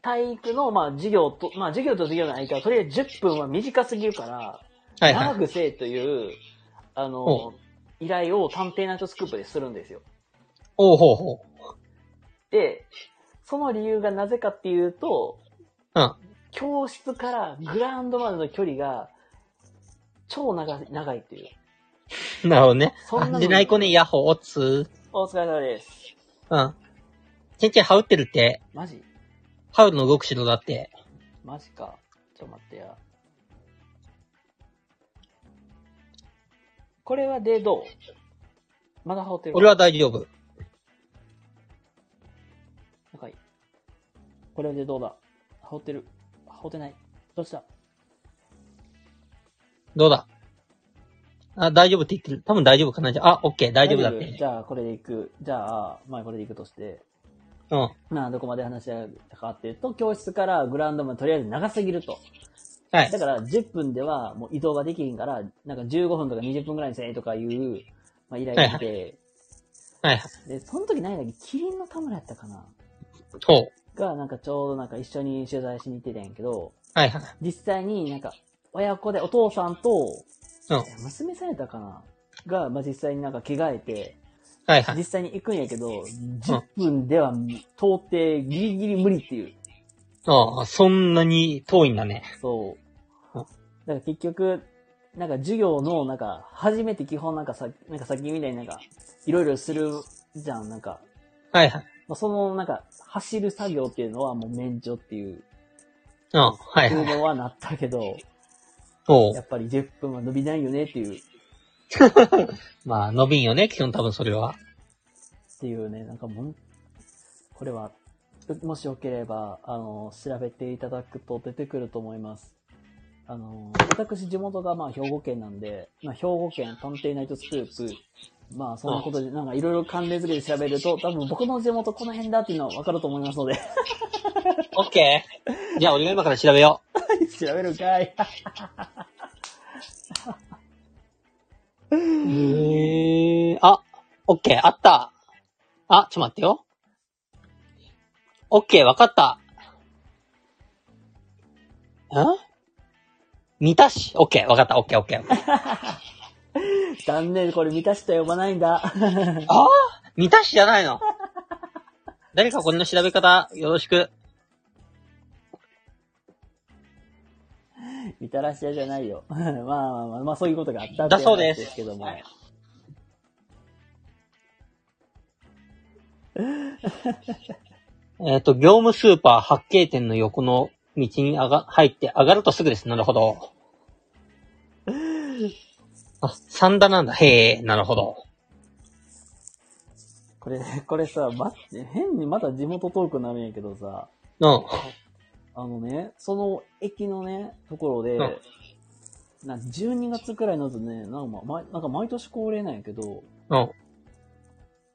A: 体育の、まあ、授業と、まあ、授業と授業の間、とりあえず10分は短すぎるから、
B: はい
A: 長
B: はい。
A: くせえという、あの
B: ほ
A: ー依頼を探偵ナイトスクープでするんですよ。
B: おうほうほう。
A: で、その理由がなぜかっていうと、
B: うん。
A: 教室からグラウンドまでの距離が、超長い、長いっていう。
B: なるほどね。
A: そんな
B: あ
A: の
B: でない子ね、ヤッホー、おつ
A: お疲れ様です。
B: ー。うん。ちんちん羽織ってるって、
A: マジ
B: ハウルの動く城だって。
A: マジか。ちょっと待ってや。これはでどうまだ放ってる
B: 俺は大丈夫。
A: これでどうだ羽織ってる。羽織ってない。どうした
B: どうだあ、大丈夫って言ってる。多分大丈夫かなじゃあ、あ、オッケー、大丈夫だっ
A: じ
B: て。
A: ゃあ、これで行く。じゃあ、まあこれで行くとして。
B: うん。
A: まあ、どこまで話し合ったかっていうと、教室からグラウンドまでとりあえず長すぎると。
B: はい
A: だ。から、10分ではもう移動ができひんから、なんか15分とか20分くらいにせえとかいう、まあ、依頼が来て、
B: はい。
A: で、その時何だっけキリンの田村やったかな
B: ほう。
A: が、なんかちょうどなんか一緒に取材しに行ってたんやけど、
B: はいはい。
A: 実際になんか、親子でお父さんと、
B: うん
A: え娘さんやったかなが、まあ、実際になんか着替えて、
B: はいはい。
A: 実際に行くんやけど、10分では到底ギリギリ無理っていう。
B: ああ、そんなに遠いんだね。
A: そう。だ
B: うん
A: から結局、なんか授業の、なんか、初めて基本なんかさ、なんかさっきみたいになんか、いろいろするじゃん、なんか。
B: はいはい。
A: まあ、その、なんか、走る作業っていうのはもう免除っていう、
B: うん。はいいは
A: う
B: い。
A: のはなったけど、
B: ほ
A: や
B: う。
A: っぱり10分は伸びないよねっていう、っ
B: まあ、伸びんよね、基本多分それは。
A: ていうね、なんかもう、これは、もしよければ、あの、調べていただくと出てくると思います。あの、私地元がまあ兵庫県なんで、まあ兵庫県探偵ナイトスクープ、まあそのことで、なんかいろいろ関連付けで調べると、多分僕の地元この辺だっていうのはわかると思いますので、
B: オッケー。じゃあ、俺が今から調べよう。
A: 調べるかい。
B: へえー。あ、オッケー、あった。あ、ちょっと待ってよ。オッケー、わかった。ん三田市オッケー、わかった、オッケー、オッケー。
A: 残念、これ満たしと呼ばないんだ。
B: ああ三田市じゃないの誰かこれの調べ方、よろしく。
A: みたらし屋じゃないよ。 まあまあまあ、まあそういうことがあったって
B: だそうです
A: 話けども。
B: はい えっ、と、業務スーパー八景店の横の道に上が、入って上がるとすぐです。なるほ ど。あ、三田なんだ。へえ、なるほど。
A: これ、これさ、ま、変にまた地元トークになるんやけどさ、
B: うん。
A: あのね、その駅のね、ところで、
B: うん
A: な12月くらいになるとね、なんか,、ま、なんか毎年恒例なんやけど、
B: うん。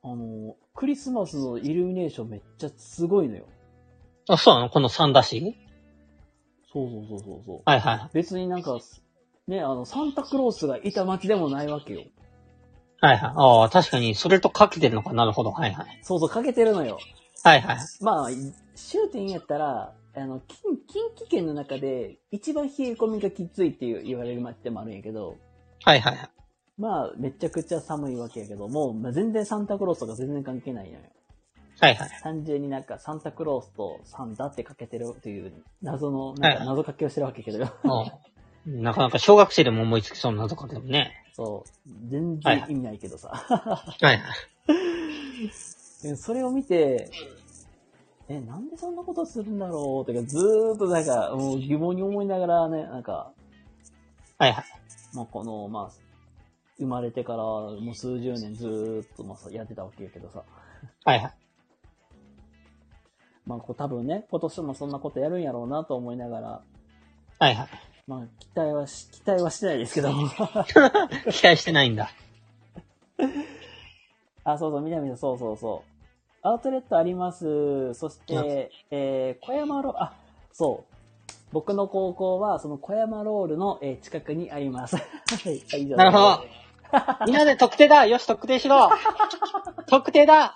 A: あの、クリスマスのイルミネーションめっちゃすごいのよ。
B: あ、そうなのこの三田市
A: そうそうそうそうそう。
B: はいは
A: 別になんか、ね、あの、サンタクロースがいた街でもないわけよ。
B: い。はいはい。ああ、確かに、それとかけてるのか。なるほど。はいはい。
A: そうそう、かけてるのよ。
B: はいはい。
A: まあ、終点やったら、あの、近近畿圏の中で一番冷え込みがきついっていう言われる街でもあるんやけど、
B: はいはいはい。
A: まあ、めちゃくちゃ寒いわけやけども、まあ、全然サンタクロースとか全然関係ないのよ。
B: はいはい。
A: 単純になんかサンタクロースとサンダってかけてるという謎の、なんか
B: はい
A: 謎かけをしてるわけやけど、
B: うん。なかなか小学生でも思いつきそうなとこでもね。
A: そう、全然意味ないけどさ。
B: はいはい。
A: でそれを見て、え、なんでそんなことするんだろうとか、ずーっとなんか、もう疑問に思いながらね、なんか、
B: はいはい。
A: まあ、この、まあ、生まれてからもう数十年ずーっとまあさやってたわけやけどさ。
B: はいはい。
A: まあ、こう多分ね、今年もそんなことやるんやろうなと思いながら、
B: はいはい。
A: まあ、期待はし、期待はしてないです けども。
B: 期待してないんだ。
A: あ、そうそう、みなみさん、そうそうそう。アウトレットあります。そして、えー、小山ロール、あ、そう。僕の高校は、その小山ロールの、えー近くにあります。 はい、はい以上です
B: なるほど。みんなで特定だよし、特定し ろ特定だ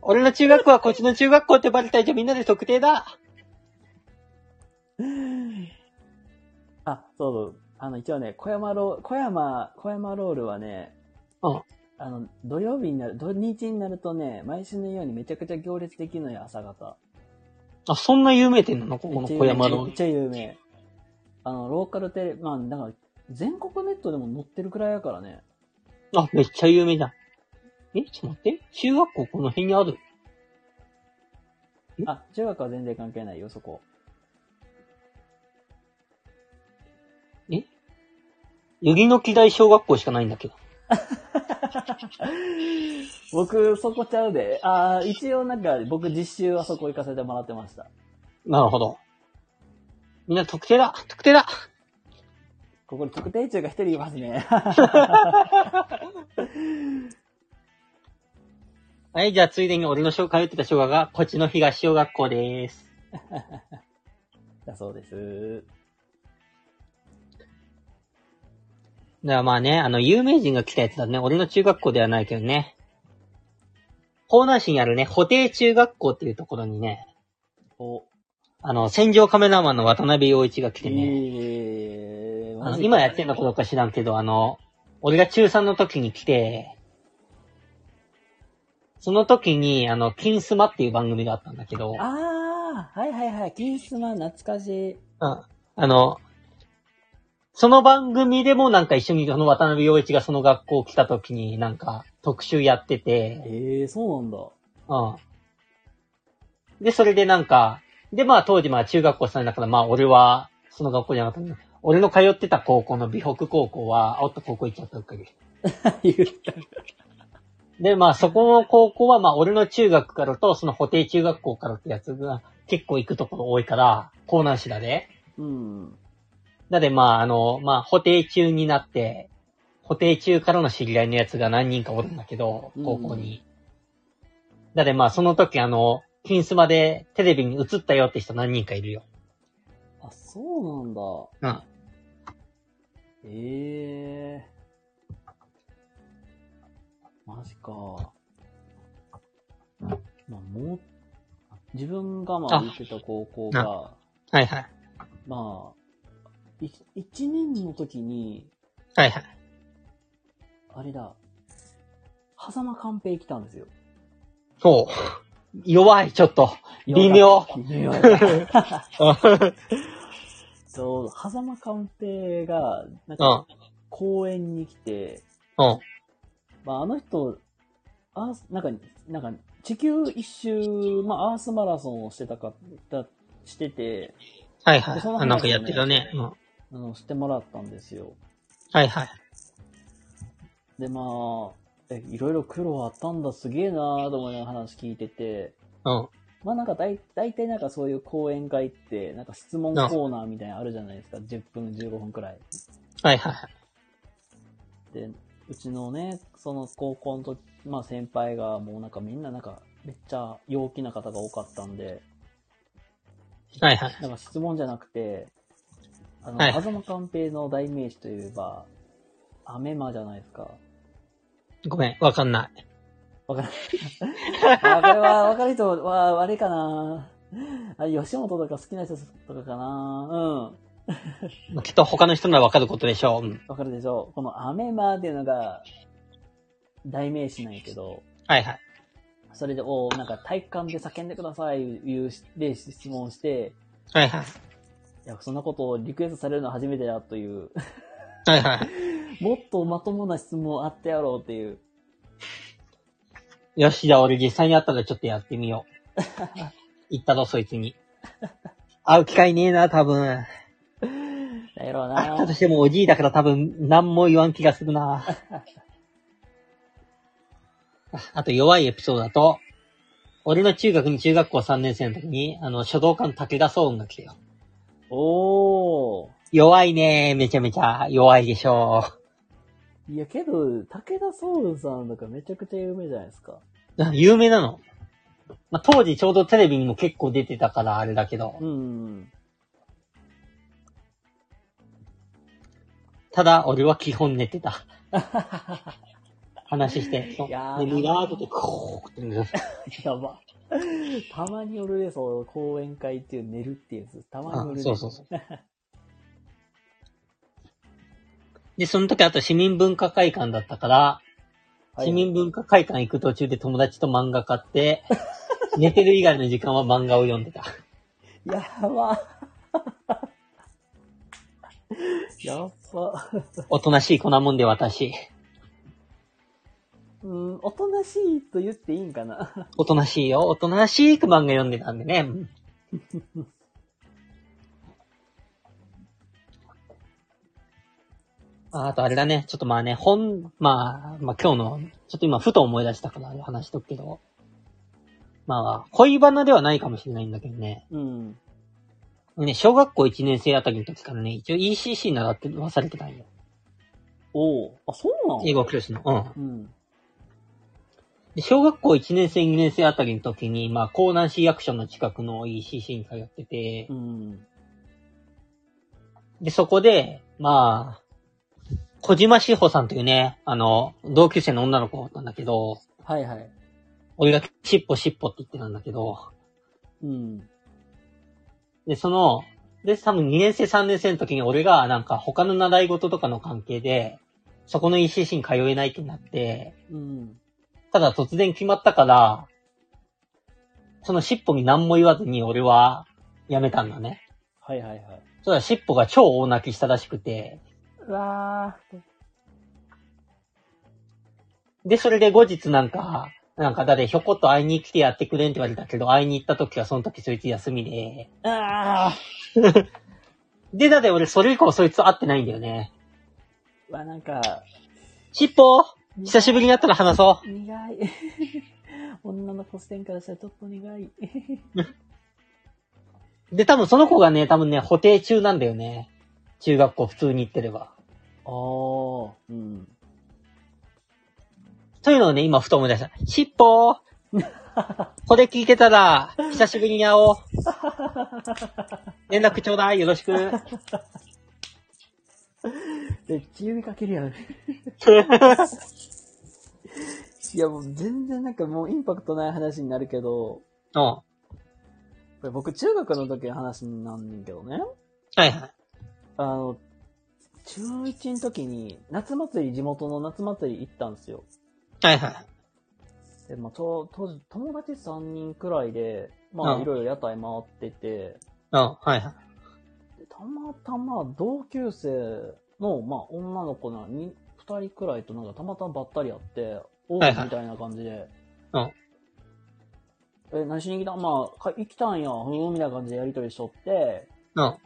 B: 俺の中学校はこっちの中学校ってバレたいじゃあみんなで特定だ
A: あ、そうそう。あの、一応ね、小山ロール、小山、小山ロールはね、
B: うん。
A: あの、土曜日になる、土日になるとね、毎週のようにめちゃくちゃ行列できるのよ、朝方。
B: あ、そんな有名店なのここの小山
A: め
B: の
A: っ。ちゃ有名。あの、ローカルテレ、まあ、だから、全国ネットでも載ってるくらいやからね。
B: あ、めっちゃ有名だ。え、ちょっと待って。中学校この辺にある。
A: あ、中学は全然関係ないよ、そこ。
B: ゆぎの木台小学校しかないんだけど。
A: 僕、そこちゃうで。ああ、一応なんか、僕実習はそこ行かせてもらってました。
B: なるほど。みんな特定だ特定だ
A: ここに特定中が一人いますね。
B: はい、じゃあついでに俺の小通ってた小学が、こっちの東小学校です。
A: だそうです。
B: だからまあね、あの、有名人が来たやつだね。俺の中学校ではないけどね。江南市にあるね、補定中学校っていうところにね、
A: お、
B: あの、戦場カメラマンの渡辺陽一が来てね、
A: えー、
B: あ
A: マ
B: の
A: ジか
B: 今やってんのかどうか知らんけど、あの、俺が中3の時に来て、その時に、あの、金スマっていう番組があったんだけど、
A: あー、はいはいはい、金スマ懐かしい。
B: うんあの、その番組でもなんか一緒にその渡辺陽一がその学校来た時になんか特集やってて、
A: ええー、そうなんだ。
B: うん。で、それでなんか、で、まあ当時まあ中学校3年だからまあ俺はその学校じゃなかったんだけど俺の通ってた高校の美北高校は、あおった高校行っちゃったばっかり。
A: 言った。
B: で、まあそこの高校はまあ俺の中学からとその補定中学校からってやつが結構行くところ多いから、江南市だで、
A: うん。
B: だってまあ、あの、まあ、補定中になって、補定中からの知り合いのやつが何人かおるんだけど、高校に。だってまあ、その時あの、金スマでテレビに映ったよって人何人かいるよ。
A: あ、そうなんだ。
B: うん。
A: ええー。マジか。まあ、もう、自分がまあ
B: あ
A: 行ってた高校が、
B: はいはい。
A: まあ、い一年の時に、
B: はいはい。
A: あれだ、狭間寛平来たんですよ。
B: そう。弱い、ちょっ と。微妙。
A: 微妙。 そう、狭間寛平が、なん
B: うん。う
A: か、公園に来て、
B: ん。
A: まあ、あの人、アース、なんか、なんか、地球一周、まあ、アースマラソンをしてたか、だしてて、
B: はいはい。
A: その話
B: あなんかやってたね。うん。
A: あの、してもらったんですよ。
B: はいはい。
A: で、まあ、え、いろいろ苦労あったんだ、すげえなーと思いながら話聞いてて、
B: うん。
A: まあなんか大大体なんかそういう講演会って、なんか質問コーナーみたいなのあるじゃないですか。10分、15分くらい。
B: はいはい。
A: で、うちのね、その高校の時、まあ先輩がもうなんかみんななんかめっちゃ陽気な方が多かったんで、
B: はいはい。
A: なんか質問じゃなくて、あの、
B: はい
A: 風間寛平の代名詞といえば、アメマじゃないですか。
B: ごめん、わかんない。
A: わからない。あこれは、わかる人は、あれかなあ、吉本とか好きな人とかかなうん。
B: きっと他の人ならわかることでしょう。うん。
A: わかるでしょこのアメマっていうのが、代名詞なんやけど、
B: はいはい。
A: それで、おーなんか体育館で叫んでください、いう、で質問して、
B: はいはい。
A: いや、そんなことをリクエストされるのは初めてだという、
B: はいはい。
A: もっとまともな質問あってやろうっていう。
B: よし、じゃあ俺実際に会ったらちょっとやってみよ う。言ったぞ、そいつに。 会う機会ねえな、多分。
A: だやろう
B: 会ったと
A: な。
B: してもおじいだから多分、何も言わん気がするな。あ あと弱いエピソードだと、俺の中学に中学校3年生の時に、あの、書道家の武田総雲が来てよ。
A: おー。
B: 弱いねめちゃめちゃ。弱いでしょ
A: いや、けど、武田壮雲さんとかめちゃくちゃ有名じゃないですか。
B: う。あ 有名なの。まあ、当時ちょうどテレビにも結構出てたからあれだけど。
A: うん。
B: ただ、俺は基本寝てた。話して、そ う
A: いやー
B: 眠いなーって言って、こうって寝る。
A: やば。たまにおるで、そう、講演会っていう寝るっていうやつ。たまにおる
B: あ
A: で。
B: そうそうそう。で、その時あと市民文化会館だったから、
A: はい
B: 市民文化会館行く途中で友達と漫画買って、寝てる以外の時間は漫画を読んでた。
A: やば。やば。
B: おとなしい子なもんで私。
A: うん、おとなしいと言っていいんかな。
B: おとなしいよ。おとなしく漫画読んでたんでね。うん ああとあれだね。ちょっとまあね、本、まあ、まあ今日の、ちょっと今ふと思い出したから話しとくけど。まあ、恋バナではないかもしれないんだけどね。
A: うん。
B: ね、小学校1年生あたりの時からね、一応 ECC 習ってはされてたんよ。
A: おお。あ、そうなの
B: 英語教師の。うん。
A: うん。
B: で小学校1年生、2年生あたりの時に、まあ、江南市役所の近くの ECC に通ってて
A: う、ん。
B: で、そこで、まあ、小島志保さんというね、あの、同級生の女の子なんだけど、
A: はいはい。
B: 俺がしっぽしっぽって言ってたんだけど、
A: うん。
B: で、その、で、多分2年生、3年生の時に俺がなんか他の習い事とかの関係で、そこの ECC に通えないってなって、
A: うん。
B: ただ突然決まったから、その尻尾に何も言わずに俺は辞めたんだね。
A: はいはいはい。
B: そしたら尻尾が超大泣きしたらしくて、
A: うわー。
B: で、それで後日なんか、なんか誰ひょこっと会いに来てやってくれんって言われたけど、会いに行った時はその時そいつ休みで、
A: あ
B: で、だって俺それ以降そいつ会ってないんだよね。
A: ー。うわ、なんか、
B: 尻尾久しぶりになったら話そう。
A: 苦い。 女の子視点からしたらちょっと苦い。
B: で、多分その子がね、多分ね、補定中なんだよね。中学校普通に行ってれば。
A: あー。うん。
B: というのをね、今ふと思い出した。しっぽーこれ聞いてたら、久しぶりに会おう。連絡ちょうだい、よろしく。
A: で、注意かけるや ん。いや、もう全然なんかもうインパクトない話になるけど、
B: うん。は
A: これ僕中学の時の話なんだけどね。
B: いはい。
A: あの、中1の時に夏祭り、地元の夏祭り行ったんですよ。
B: はいはい。
A: で、まあ、と当時友達3人くらいで、ま
B: う
A: あ、
B: ん
A: いろいろ屋台回ってて、
B: うん、はいはい。
A: でたまたま同級生の、まあ、女の子なに2人くらいとなんかたまたまばったり会って、おう
B: はいはい
A: みたいな感じで。
B: うん
A: え、何しに来たまあ、か行きたんや、ふーん、みたいな感じでやりとりしとって、
B: うん。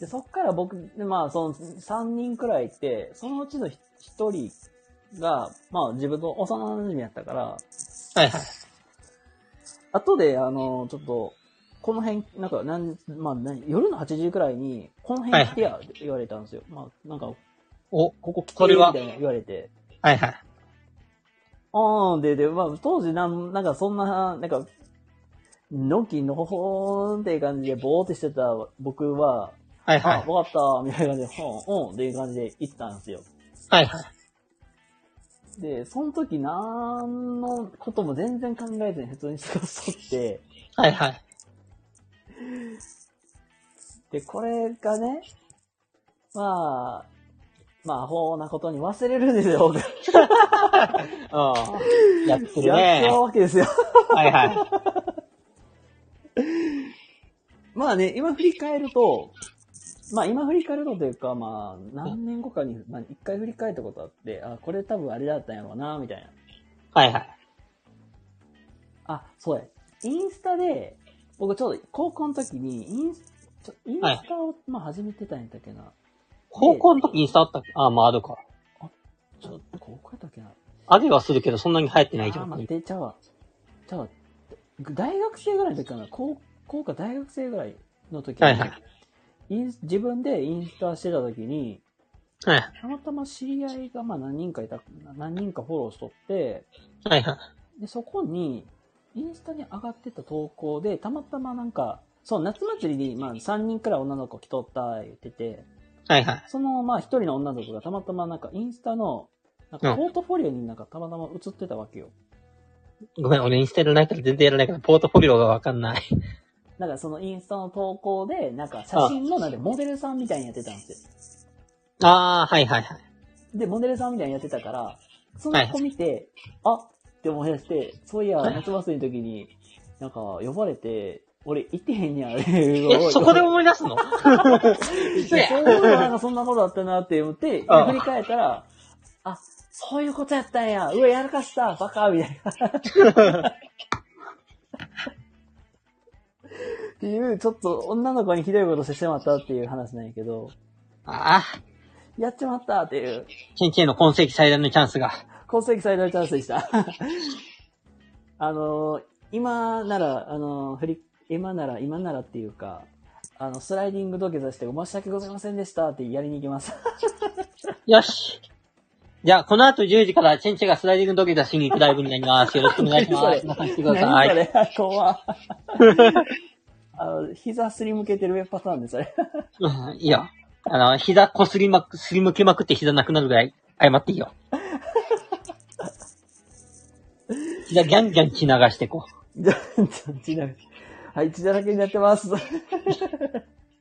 A: で、そっから僕、でまあ、その3人くらいって、そのうちの1人が、まあ、自分の幼馴染やったから、
B: はいはい。
A: 後で、あの、ちょっと、この辺、なんか、なん、まあ、何夜の8時くらいに、この辺来てや、って言われたんですよ。まあ、なんか、
B: お、
A: ここ来て
B: それ
A: みた
B: はい
A: な言われて。
B: はいはい。
A: あーで、で、まあ、当時、なん、なんかそんな、なんか、のんきのほほーんっていう感じで、ぼーってしてた僕は、
B: はいは
A: あ、
B: い。
A: わかった、みたいな感じで、うん、うん、っていう感じで行ってたんですよ。
B: はいはい。
A: で、その時、なんのことも全然考えずに普通に過ごしとって、
B: はいはい。
A: で、これがね、まあ、まあ、アホなことに忘れるんですよ、僕。
B: うん。やってる
A: やっち
B: ね
A: ゃ。うわけですよ。
B: はいはい。
A: まあね、今振り返ると、まあ今振り返るとというか、まあ何年後かに、まあ一回振り返ったことあって、あ、これ多分あれだったんやろうな、みたいな。
B: はいはい。
A: あ、そうや。インスタで、僕ちょうど高校の時に、インスちょインス
B: はい
A: タを、まあ始めてたんやったっけな。
B: 高校の時に触ったっけあ、まああるか。
A: ちょ、高校やったっけな。
B: あるはするけど、そんなに流行ってないじゃ
A: あー
B: ん。
A: 待って、ちゃうわ。ちゃうわ。大学生ぐらいの時かな。高校か大学生ぐらいの時に、
B: はいはい
A: インス自分でインスタしてた時に、
B: はい
A: たまたま知り合いがまあ何人かいた、何人かフォローしとって、
B: はいはい。
A: で、そこに、インスタに上がってた投稿で、たまたまなんか、そう、夏祭りに、まあ、3人くらい女の子来とった、言ってて、
B: はいはい。
A: その、まあ、1人の女の子がたまたまなんか、インスタの、なん
B: う
A: か、
B: ん
A: ポートフォリオになんかたまたま映ってたわけよ。
B: ごめん、俺インスタやらないから全然やらないから、ポートフォリオがわかんない。
A: なんかそのインスタの投稿で、なんか写真のなんでモデルさんみたいにやってたんですよ。
B: ああ、はいはいはい。
A: で、モデルさんみたいにやってたから、その子見て、あって思い出して、そういや、
B: はい
A: 夏祭りの時に、なんか呼ばれて、俺行ってへ んやん。
B: え、そこで思い出すの
A: そ
B: 嘘
A: う
B: や。
A: なんかそんなことあったなって思って、
B: あ
A: 振り返ったら、あ、そういうことやったんや。うわ、やらかした。バカみたいな。 っていう、ちょっと女の子にひどいことしてしまったっていう話なんやけど、
B: ああ、
A: やっちまったっていう、
B: チェンチェンの今世紀最大のチャンスが。
A: 今世紀最大のチャンスでした。 あのー今なら、あのー振り、今なら、今ならっていうか、あの、スライディング土下座して、申し訳ございませんでしたってやりに行きます。
B: よし。じゃあ、この後10時から、チェンチェがスライディング土下座しに行くライブになります。よろしくお願いしま す。皆さん来てくださ
A: 何そ
B: い。
A: れあ怖 あの、膝すりむけてるパターンで、それ。
B: うんいいよ。あの、膝こすりまく、すりむけまくって膝なくなるぐらい、謝っていいよ。膝ギャンギャン血流してこう。
A: じゃあ、血だらけ。はい、血だらけになってます。
B: は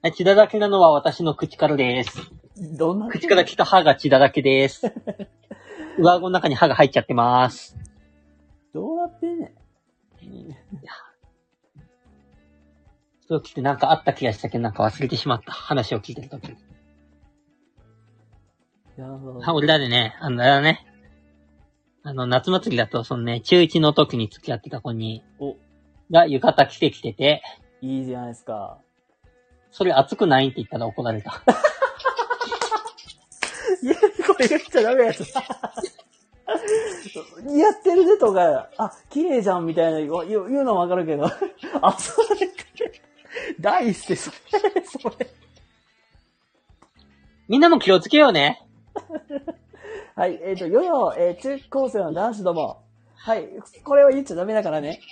B: い血だらけなのは私の口からです。
A: どんな
B: 口から来た歯が血だらけです。上顎の中に歯が入っちゃってます。
A: どうなってんねん。
B: そう来てなんかあった気がしたけど、なんか忘れてしまった話を聞いてるとき。
A: いやー
B: あ俺らでね、あの、あれだね。あの、夏祭りだと、そのね、中1の時に付き合ってた子に、
A: お、
B: が浴衣着てきてて、
A: いいじゃないですか。
B: それ熱くないって言ったら怒られた。
A: いや、これ言っちゃダメやつ。やってるねとか、あ、綺麗じゃんみたいな言う言う言うのはわかるけど、あ、それ、第一声、それ、それ。
B: みんなも気をつけようね。
A: はい、えっ、と、世の、えー中高生の男子ども。はい、これは言っちゃダメだからね。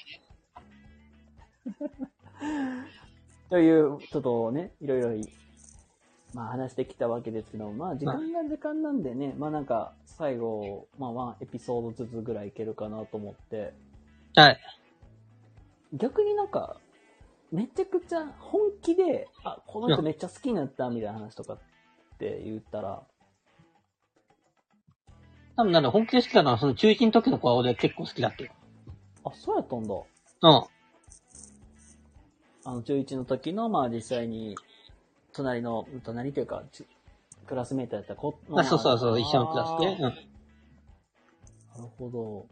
A: という、ちょっとね、いろいろい、まあ話してきたわけですけど、まあ時間が時間なんでね、まあなんか最後、まあワンエピソードずつぐらいいけるかなと思って、
B: はい。
A: 逆になんか、めちゃくちゃ本気で、あ、この人めっちゃ好きになったみたいな話とかって言ったら、
B: 多分なんだ、本気で好きだな。その中1の時の子は俺結構好きだっけよ。
A: あ、そうやったんだ。
B: うん。
A: あの、中1の時の、まあ実際に、隣の、隣というか、ちクラスメートやった子の
B: あ、そうそうそう、一緒のクラスで。
A: あー
B: うん。
A: なるほど。も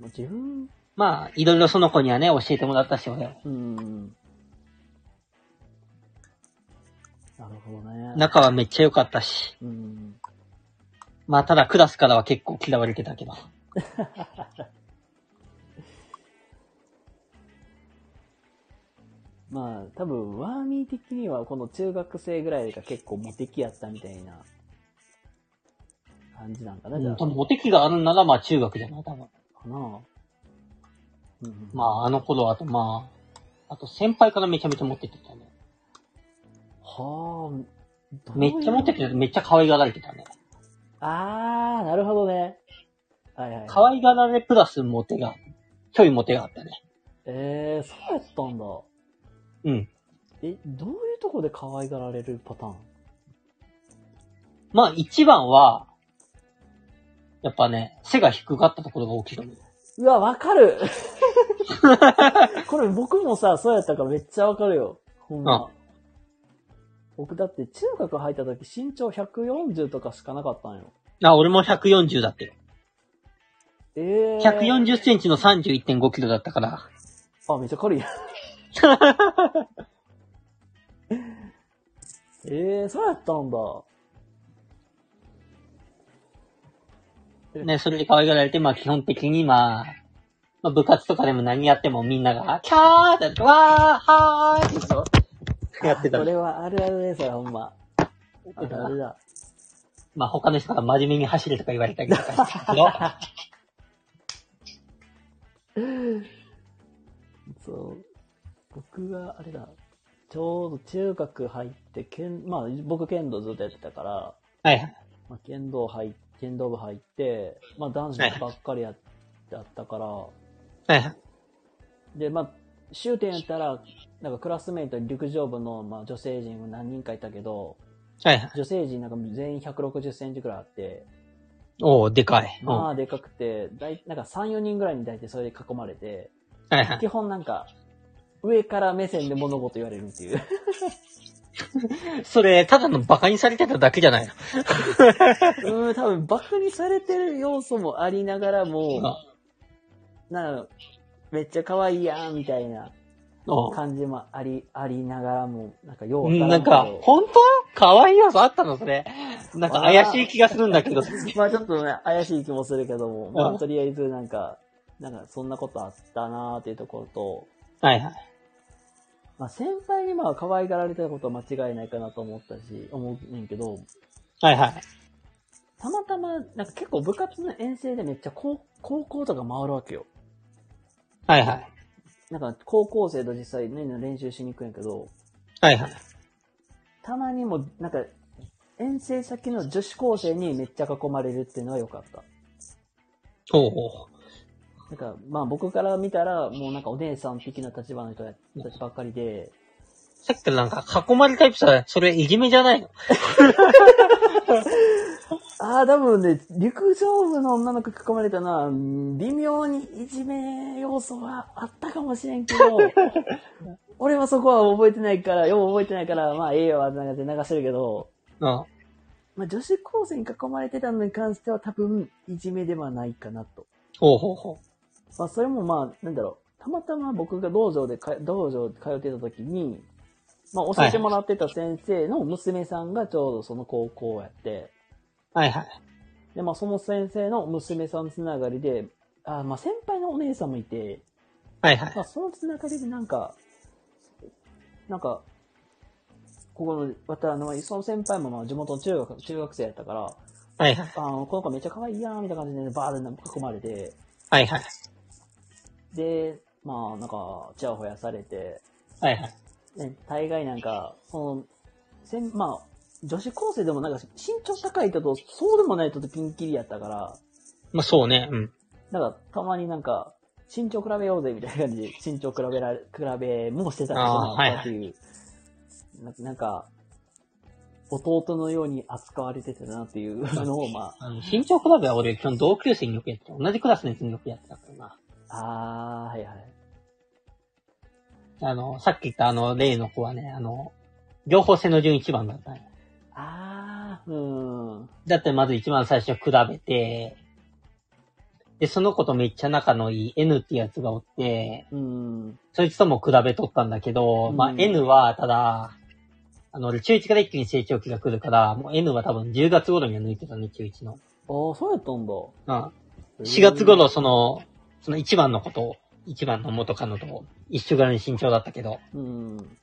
A: う自分、
B: まあ、いろいろその子にはね、教えてもらったし、俺。
A: うん。なるほどね。
B: 仲はめっちゃ良かったし。
A: うん。
B: まあ、ただクラスからは結構嫌われてたけど。
A: まあ、多分、ワーミー的には、この中学生ぐらいが結構モテ期やったみたいな、感じなんかな、じゃ
B: うん、
A: あ。
B: 多分、モテ期があるなら、まあ、中学じゃない、多分。
A: かな。うん。
B: まあ、あの頃、あと、まあ、あと、先輩からめちゃめちゃモテてたね。
A: はあ、
B: めっちゃモテ
A: る
B: てためっちゃ可愛がられてたね。
A: あー、なるほどね。はいはい。
B: 可愛がられプラスモテが、ちょいモテがあったね。
A: えー、そうやったんだ。
B: うん。
A: え、どういうとこで可愛がられるパターン
B: まあ、一番は、やっぱね、背が低かったところが大きいと思う。
A: うわ、わかるこれ僕もさ、そうやったからめっちゃわかるよ。ほんま。僕だって中学入った時身長140とかしかなかったんよ。
B: あ、俺も140だって。
A: えー。
B: 140センチの31.5キロだったから。
A: あ、めっちゃ軽い やん。えー、そうやったんだ。
B: ね、それで可愛がられて、まあ基本的に、まあ、まあ部活とかでも何やってもみんなが、キャーって、わー、はーいってそうやってた
A: そ。れはあるあるね、それほんま。あるあるだ。
B: まあ他の人から真面目に走れとか言われたりとかしたけど、
A: そう。僕は、あれだ。ちょうど中学入って、剣、まあ、僕剣道ずっとやってたから、
B: はいはい。
A: まあ、剣道入っ、剣道部入って、まあ男子ばっかりやっだったから、
B: はいはい。
A: で、まあ、終点やったら、なんかクラスメイトに陸上部の、まあ、女性陣が何人かいたけど、
B: はいはい。
A: 女性陣なんか全員160センチくらいあって、
B: おー、でかい。うん。
A: ま
B: は
A: あでかくて、だいなんか3、4人ぐらいに大体それで囲まれて、
B: いはい。
A: 基本なんか、上から目線で物事言われるって いう。
B: それ、ただの馬鹿にされてただけじゃないの。
A: うん、多分、バカにされてる要素もありながらも、
B: う
A: なんかめっちゃ可愛いやん、みたいなん感じもあり、ありながらも、なんか、よう
B: う
A: わから
B: ん。なん
A: け
B: か
A: ど、
B: 本当可愛い要素あったのそれ。なんか怪しい気がするんだけど。
A: まあちょっとね、怪しい気もするけども、まあ
B: うん
A: とりあえずなんか、なんか、そんなことあったなーっていうところと、
B: はいはい。
A: まあ、先輩にまあ可愛がられたことは間違いないかなと思ったし、思うねんけど、
B: はいはい。
A: たまたま、なんか結構部活の遠征でめっちゃ高高校とか回るわけよ。
B: はいはい。
A: なんか高校生と実際ね、練習しに行くんやけど、
B: はいはい。
A: たまにもうなんか、遠征先の女子高生にめっちゃ囲まれるっていうのは良かった。
B: ほうほ
A: なんか、まあ僕から見たら、もうなんかお姉さん的な立場の人たちばっかりで、
B: う。さっきからなんか囲まれタイプさ、それいじめじゃないの
A: ああ、多分ね、陸上部の女の子囲まれたな、うん微妙にいじめ要素はあったかもしれんけ ど、俺はそこは覚えてないから、よう覚えてないから、まあええわ、なんかで流してるけど、
B: うん。
A: まあ女子高生に囲まれてたのに関しては多分いじめではないかなと。
B: ほうほうほ
A: まあそれもまあ、なんだろう、たまたま僕が道場でか、道場で通ってた時に、まあ教えてもらってた先生の娘さんがちょうどその高校やって、
B: う。はいはい。
A: で、まあ、その先生の娘さんつながりで、あまあ、先輩のお姉さんもいて、
B: はいはい。
A: まあ、そのつながりでなんか、なんか、ここの、またあの、その先輩もまあ地元の中学、中学生やったから、
B: はいはい。
A: あの、この子めっちゃ可愛いやん、みたいな感じで、バーで囲まれて、
B: はいはい。
A: で、まあ、なんか、ちやほやされて、
B: はいはい。
A: ね、大概なんか、その、せん、まあ、女子高生でもなんか身長高い人と、そうでもない人とピンキリやったから、
B: まあそうね。うん。
A: なんか、たまになんか、身長比べようぜみたいな感じで、 身長比べられ、比べもしてたんじゃないかっていう、ななんか、弟のように扱われてたなっていうのを、ま
B: あの、身長比べは俺、基本同級生によくやってた。同じクラスのやつによくやってたからな。
A: あ、あー、はいはい。
B: あの、さっき言ったあの、例の子はね、あの、両方背の順一番だったね。
A: あー、うーん。
B: だってまず一番最初比べて、で、その子とめっちゃ仲のいい N ってやつがおって、
A: うーん。
B: そいつとも比べとったんだけど、
A: う
B: まあ
A: ん
B: N はただ、あの、俺中1から一気に成長期が来るから、もう N は多分10月頃には抜いてたね、中1の。
A: あー、そうやったんだ。
B: うん。4月頃、その、その一番のことを、一番の元カノと一緒ぐらいの身長だったけど、
A: うーん。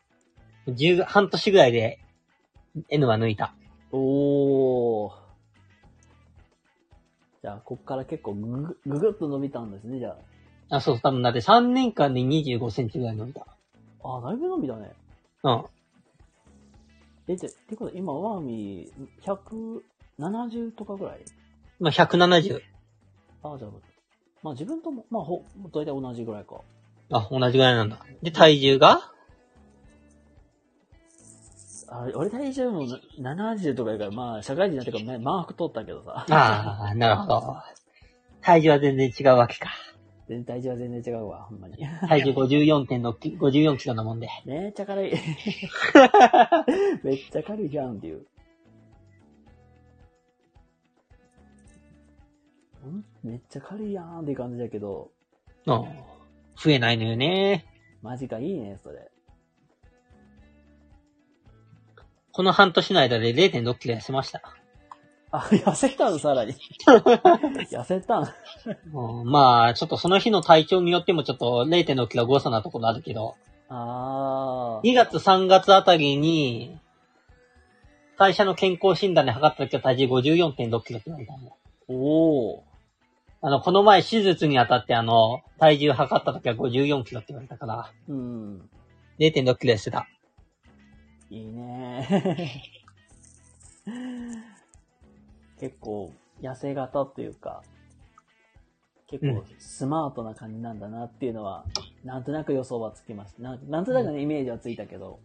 B: 10、半年ぐらいで N は抜いた。
A: おー。じゃあ、こっから結構ぐぐ、ぐぐっと伸びたんですね、じゃ
B: あ、そう、多分だって3年間で25センチぐらい伸びた。
A: あ。あー、だいぶ伸びたね。
B: うん。
A: え、じゃ、ってことは今、ワーミー、170とかぐらい
B: まあ、170。
A: あ、じゃあ、まあ自分とも、まあほ、大体同じぐらいか。
B: あ、同じぐらいなんだ。で、体重が
A: あれ、俺体重もな70とかやから、まあ、社会人になってからね、マーク取ったけどさ。
B: ああ、なるほど。体重は全然違うわけか。
A: 全体重は全然違うわ、ほんまに。
B: 体重54.6キロ、54キロなもんで。
A: めっちゃ軽い。めっちゃ軽いじゃんっていう。んめっちゃ軽いやんっていう感じだけど、
B: うん。増えないのよね。
A: マジかいいね、それ。
B: この半年の間で0.6キロ痩せました。
A: あ、痩せたん、さ らに。痩せたん。
B: うん、まあ、ちょっとその日の体調によってもちょっと0.6キロ誤差なところあるけど、
A: ああ。
B: 2月3月あたりに、会社の健康診断で測った時は体重54.6キロってなったんだ。
A: おお。
B: あの、この前手術にあたってあの、体重測った時は54キロって言われたから、
A: うん。
B: 0.6キロ痩せた。
A: いいね。結構、痩せ型というか、結
B: う
A: 構
B: ん
A: スマートな感じなんだなっていうのは、なんとなく予想はつきました。なんなんとなくね、イメージはついたけど。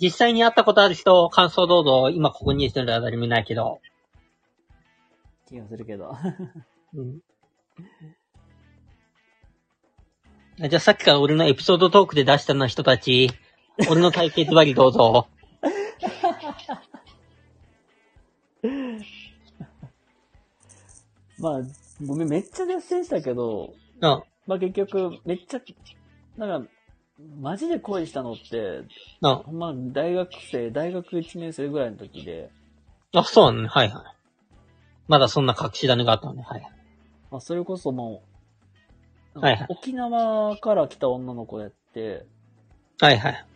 B: 実際に会ったことある人、感想どうぞ、今ここにいる人は誰もいないけど、
A: 気がするけど。
B: うん。じゃあさっきから俺のエピソードトークで出したの人たち、俺の体型ズバリどうぞ。
A: まあ、ごめん、めっちゃ熱戦したけど、
B: うん。
A: まあ結局、めっちゃ、なんか、マジで恋したのって、
B: うん。
A: ほんま大学生、大学1年生ぐらいの時で、
B: あ、そうなのね。はいはい。まだそんな隠し種があったのね。はいはい。
A: まあ、それこそもう、
B: はいはい
A: 沖縄から来た女の子やって、
B: はいはい。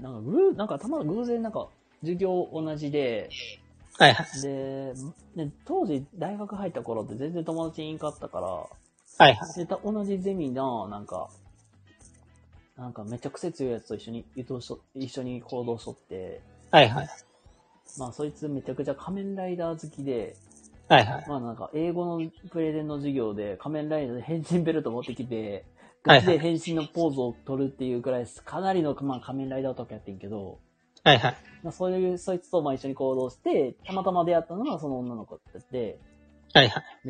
A: なんか、ぐ、なんかたま偶然なんか、授業同じで、
B: はいはい。
A: で、で当時大学入った頃って全然友達いんかったから、
B: はいはい。
A: で、た同じゼミの、なんか、なんかめちゃくちゃ強いやつと一緒に移動しと、一緒に行動しとって、
B: はいはい。
A: まあそいつめちゃくちゃ仮面ライダー好きで、
B: はいはい。
A: まあなんか英語のプレゼンの授業で仮面ライダーで変身ベルト持ってきて、ガチで変身のポーズを取るっていうくらい、かなりの、まあ、仮面ライダーとかやってんけど、
B: はいはい。
A: まあ、そういう、そいつとまあ一緒に行動して、たまたま出会ったのがその女の子だって、
B: はいはい。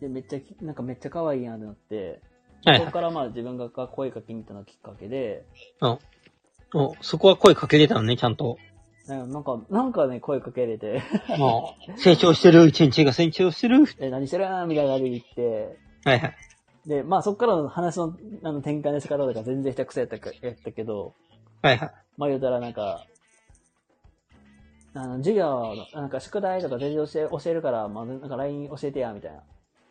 A: で、めっちゃき、なんかめっちゃ可愛いやんってなって、
B: はい
A: そ
B: は
A: こか
B: い。
A: らまあ自分が声かけに行ったのがきっかけで、
B: お、そこは声かけれたのね、ちゃんと。
A: なんか、なんかね、声かけれて、
B: もう、成長してる、一日が成長してる。
A: え、何してるんみたいな感じで言って、
B: はいはい。
A: で、まあそっからの話のあの転換の仕方とか全然下手くそやったかやったけど、
B: はいはい。
A: まあ言うたらなんか、あの、授業の、なんか宿題とか全然教え教えるから、まあなんか LINE 教えてや、みたいな。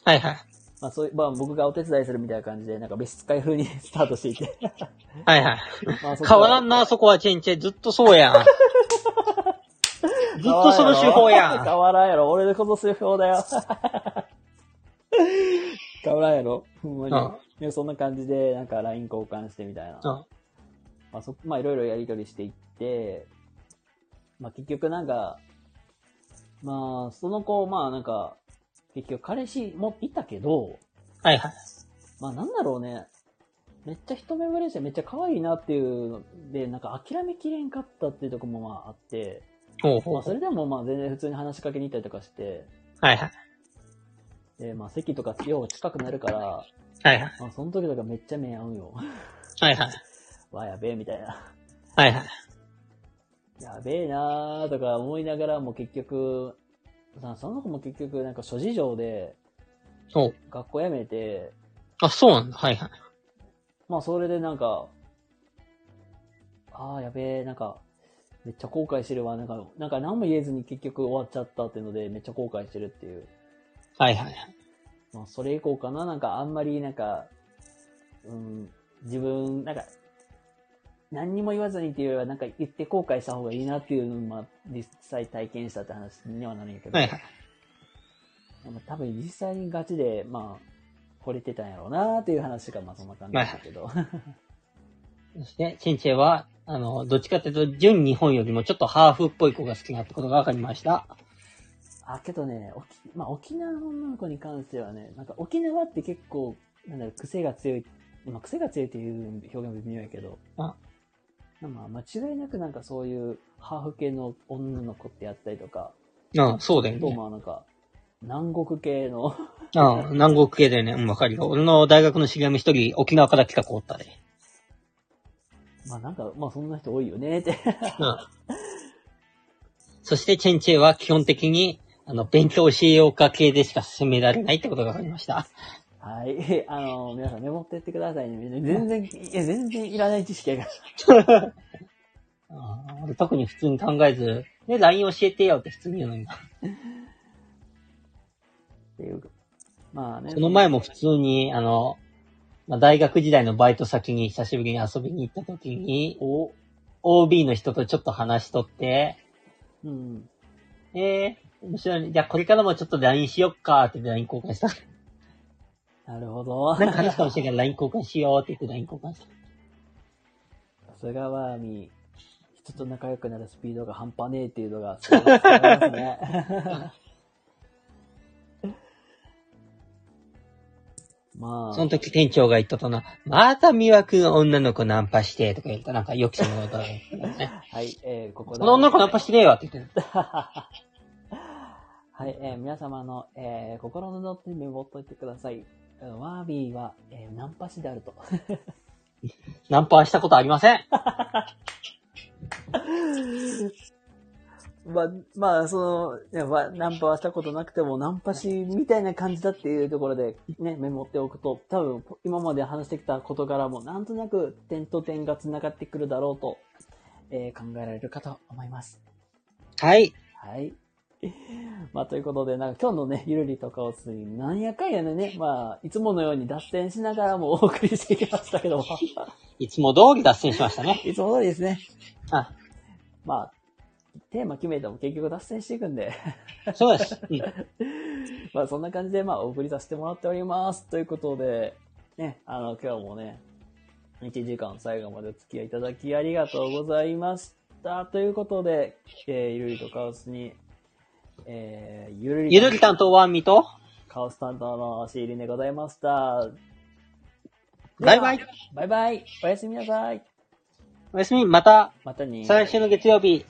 B: はいはい。
A: まあそういう、まあ僕がお手伝いするみたいな感じで、なんか別室会風に スタートしていて。
B: はいはい。
A: まあそこ
B: 変わらんな、そこはチェンチェン。 ずっとそうやん。ずっとその手法やん。
A: 変わらんやろ。俺のこそ手法だ よ。変わらんやろ。ほんまに
B: うん。
A: でそんな感じで、なんか LINE 交換してみたいな。
B: うん
A: まあそ、まあいろいろやりとりしていって、まあ結局なんか、まあその子、まあなんか、結局彼氏もいたけど、
B: はいはい。
A: まあなんだろうね、めっちゃ一目惚れしてめっちゃ可愛いなっていうので、なんか諦めきれんかったっていうとこもまああって、
B: ほうほ
A: ま
B: う
A: あそ
B: ほう。
A: れでもまあ全然普通に話しかけに行ったりとかして、
B: はいはい。
A: でまあ席とか要は近くなるから、
B: はいはい。
A: まあその時とかめっちゃ目合うよ。
B: はいはい。
A: わ、やべえみたいな。
B: はいはい。
A: やべえなーとか思いながらも結局、さその子も結局なんか諸事情で
B: そう。
A: 学校辞めて、
B: あ、そうなんだ。はいはい。
A: まあそれでなんか、ああ、やべえ、なんか、めっちゃ後悔してるわ。なんか、なんか何も言えずに結局終わっちゃったっていうので、めっちゃ後悔してるっていう。
B: はいはい。
A: まあそれ以降かな、なんかあんまりなんか、うん、自分、なんか、何にも言わずにっていうよりは、なんか言って後悔した方がいいなっていうのを、まあ実際体験したって話にはなるんやけど。
B: はいはい。
A: まあ、多分実際にガチで、まあ、惚れてたんやろうなっていう話が、まあそんな感じだったけど。
B: そして、チェンチェンは、あの、どっちかっていうと、純日本よりもちょっとハーフっぽい子が好きなってことが分かりました。
A: あ、けどね、沖まあ、沖縄の女の子に関してはね、なんか沖縄って結構、なんだろう、癖が強い、まあ、癖が強いっていう表現も微妙やけど、
B: あ
A: まあ、間違いなくなんかそういうハーフ系の女の子ってやったりとか、
B: うん、そうだ
A: あ
B: よ
A: と
B: ね。
A: まあなんか、南国系 の、
B: うん、南国系だよね。うん、わかるよ。俺の大学の知り合いも一人、沖縄から来た子おったで。
A: まあなんか、まあそんな人多いよねって。
B: うん。そして、チェンチェンは基本的に、あの、勉強教えようか系でしか攻められないってことが分かりました。
A: はい。 あの、皆さんメモってってくださいね。全然、いや、全然いらない知識やから。
B: あー俺特に普通に考えず、ね、LINE 教えてよって普通に言うのに。
A: っていう。まあね。
B: その前も普通に、あの、まあ、大学時代のバイト先に久しぶりに遊びに行った時に、
A: お、
B: OB の人とちょっと話しとって、
A: うん。
B: えー、面白いね。じゃあこれからもちょっと LINE しよっかって LINE 交換した。
A: なるほ ど。
B: なんか話かもしれないから LINE 交換しようって言って LINE 交換した。
A: さすがはみ、人と仲良くなるスピードが半端ねえっていうのが、すごい伝わりますね。 ま
B: そ
A: あ
B: の、時店長が言ったとな、また魅惑の女の子ナンパしてとか言ったなんか予期せぬことだね。
A: はい、えー、ここ
B: この女の子ナンパしてねえわって言ってた。
A: はい、えー皆様の、えー心のノートにメモっといてください。えーワービーは、えーナンパ師であると。
B: ナンパはしたことありません。
A: まあ、まあ、その、いやまあナンパはしたことなくても、ナンパしみたいな感じだっていうところで、ね、メモっておくと、多分、今まで話してきた事柄も、なんとなく点と点が繋がってくるだろうと、えー考えられるかと思います。
B: はい。
A: はい。 まあ、ということで、なんか今日のね、ゆるりとかをつに、なんやかんやでね、まあ、いつものように脱線しながらもお送りしてきましたけども。
B: いつも通り脱線しましたね。
A: いつも通りですね。
B: あ、
A: まあ、テーマ決めても結局脱線していくんで、
B: そうです。うん
A: まあそんな感じで、まあお送りさせてもらっております。ということで、ね、あの、今日もね、1時間最後までお付き合いいただきありがとうございました。ということで、えーゆるりとカオスに、えーゆるり
B: ゆる
A: と
B: り担当はみと、
A: カオス担当のシーリンでございました。
B: バイバイ
A: では。バイバイ。おやすみなさい。
B: おやすみ、また、
A: またね。
B: 再来週の月曜日。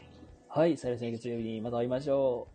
A: はい、再来週の月曜日にまた会いましょう。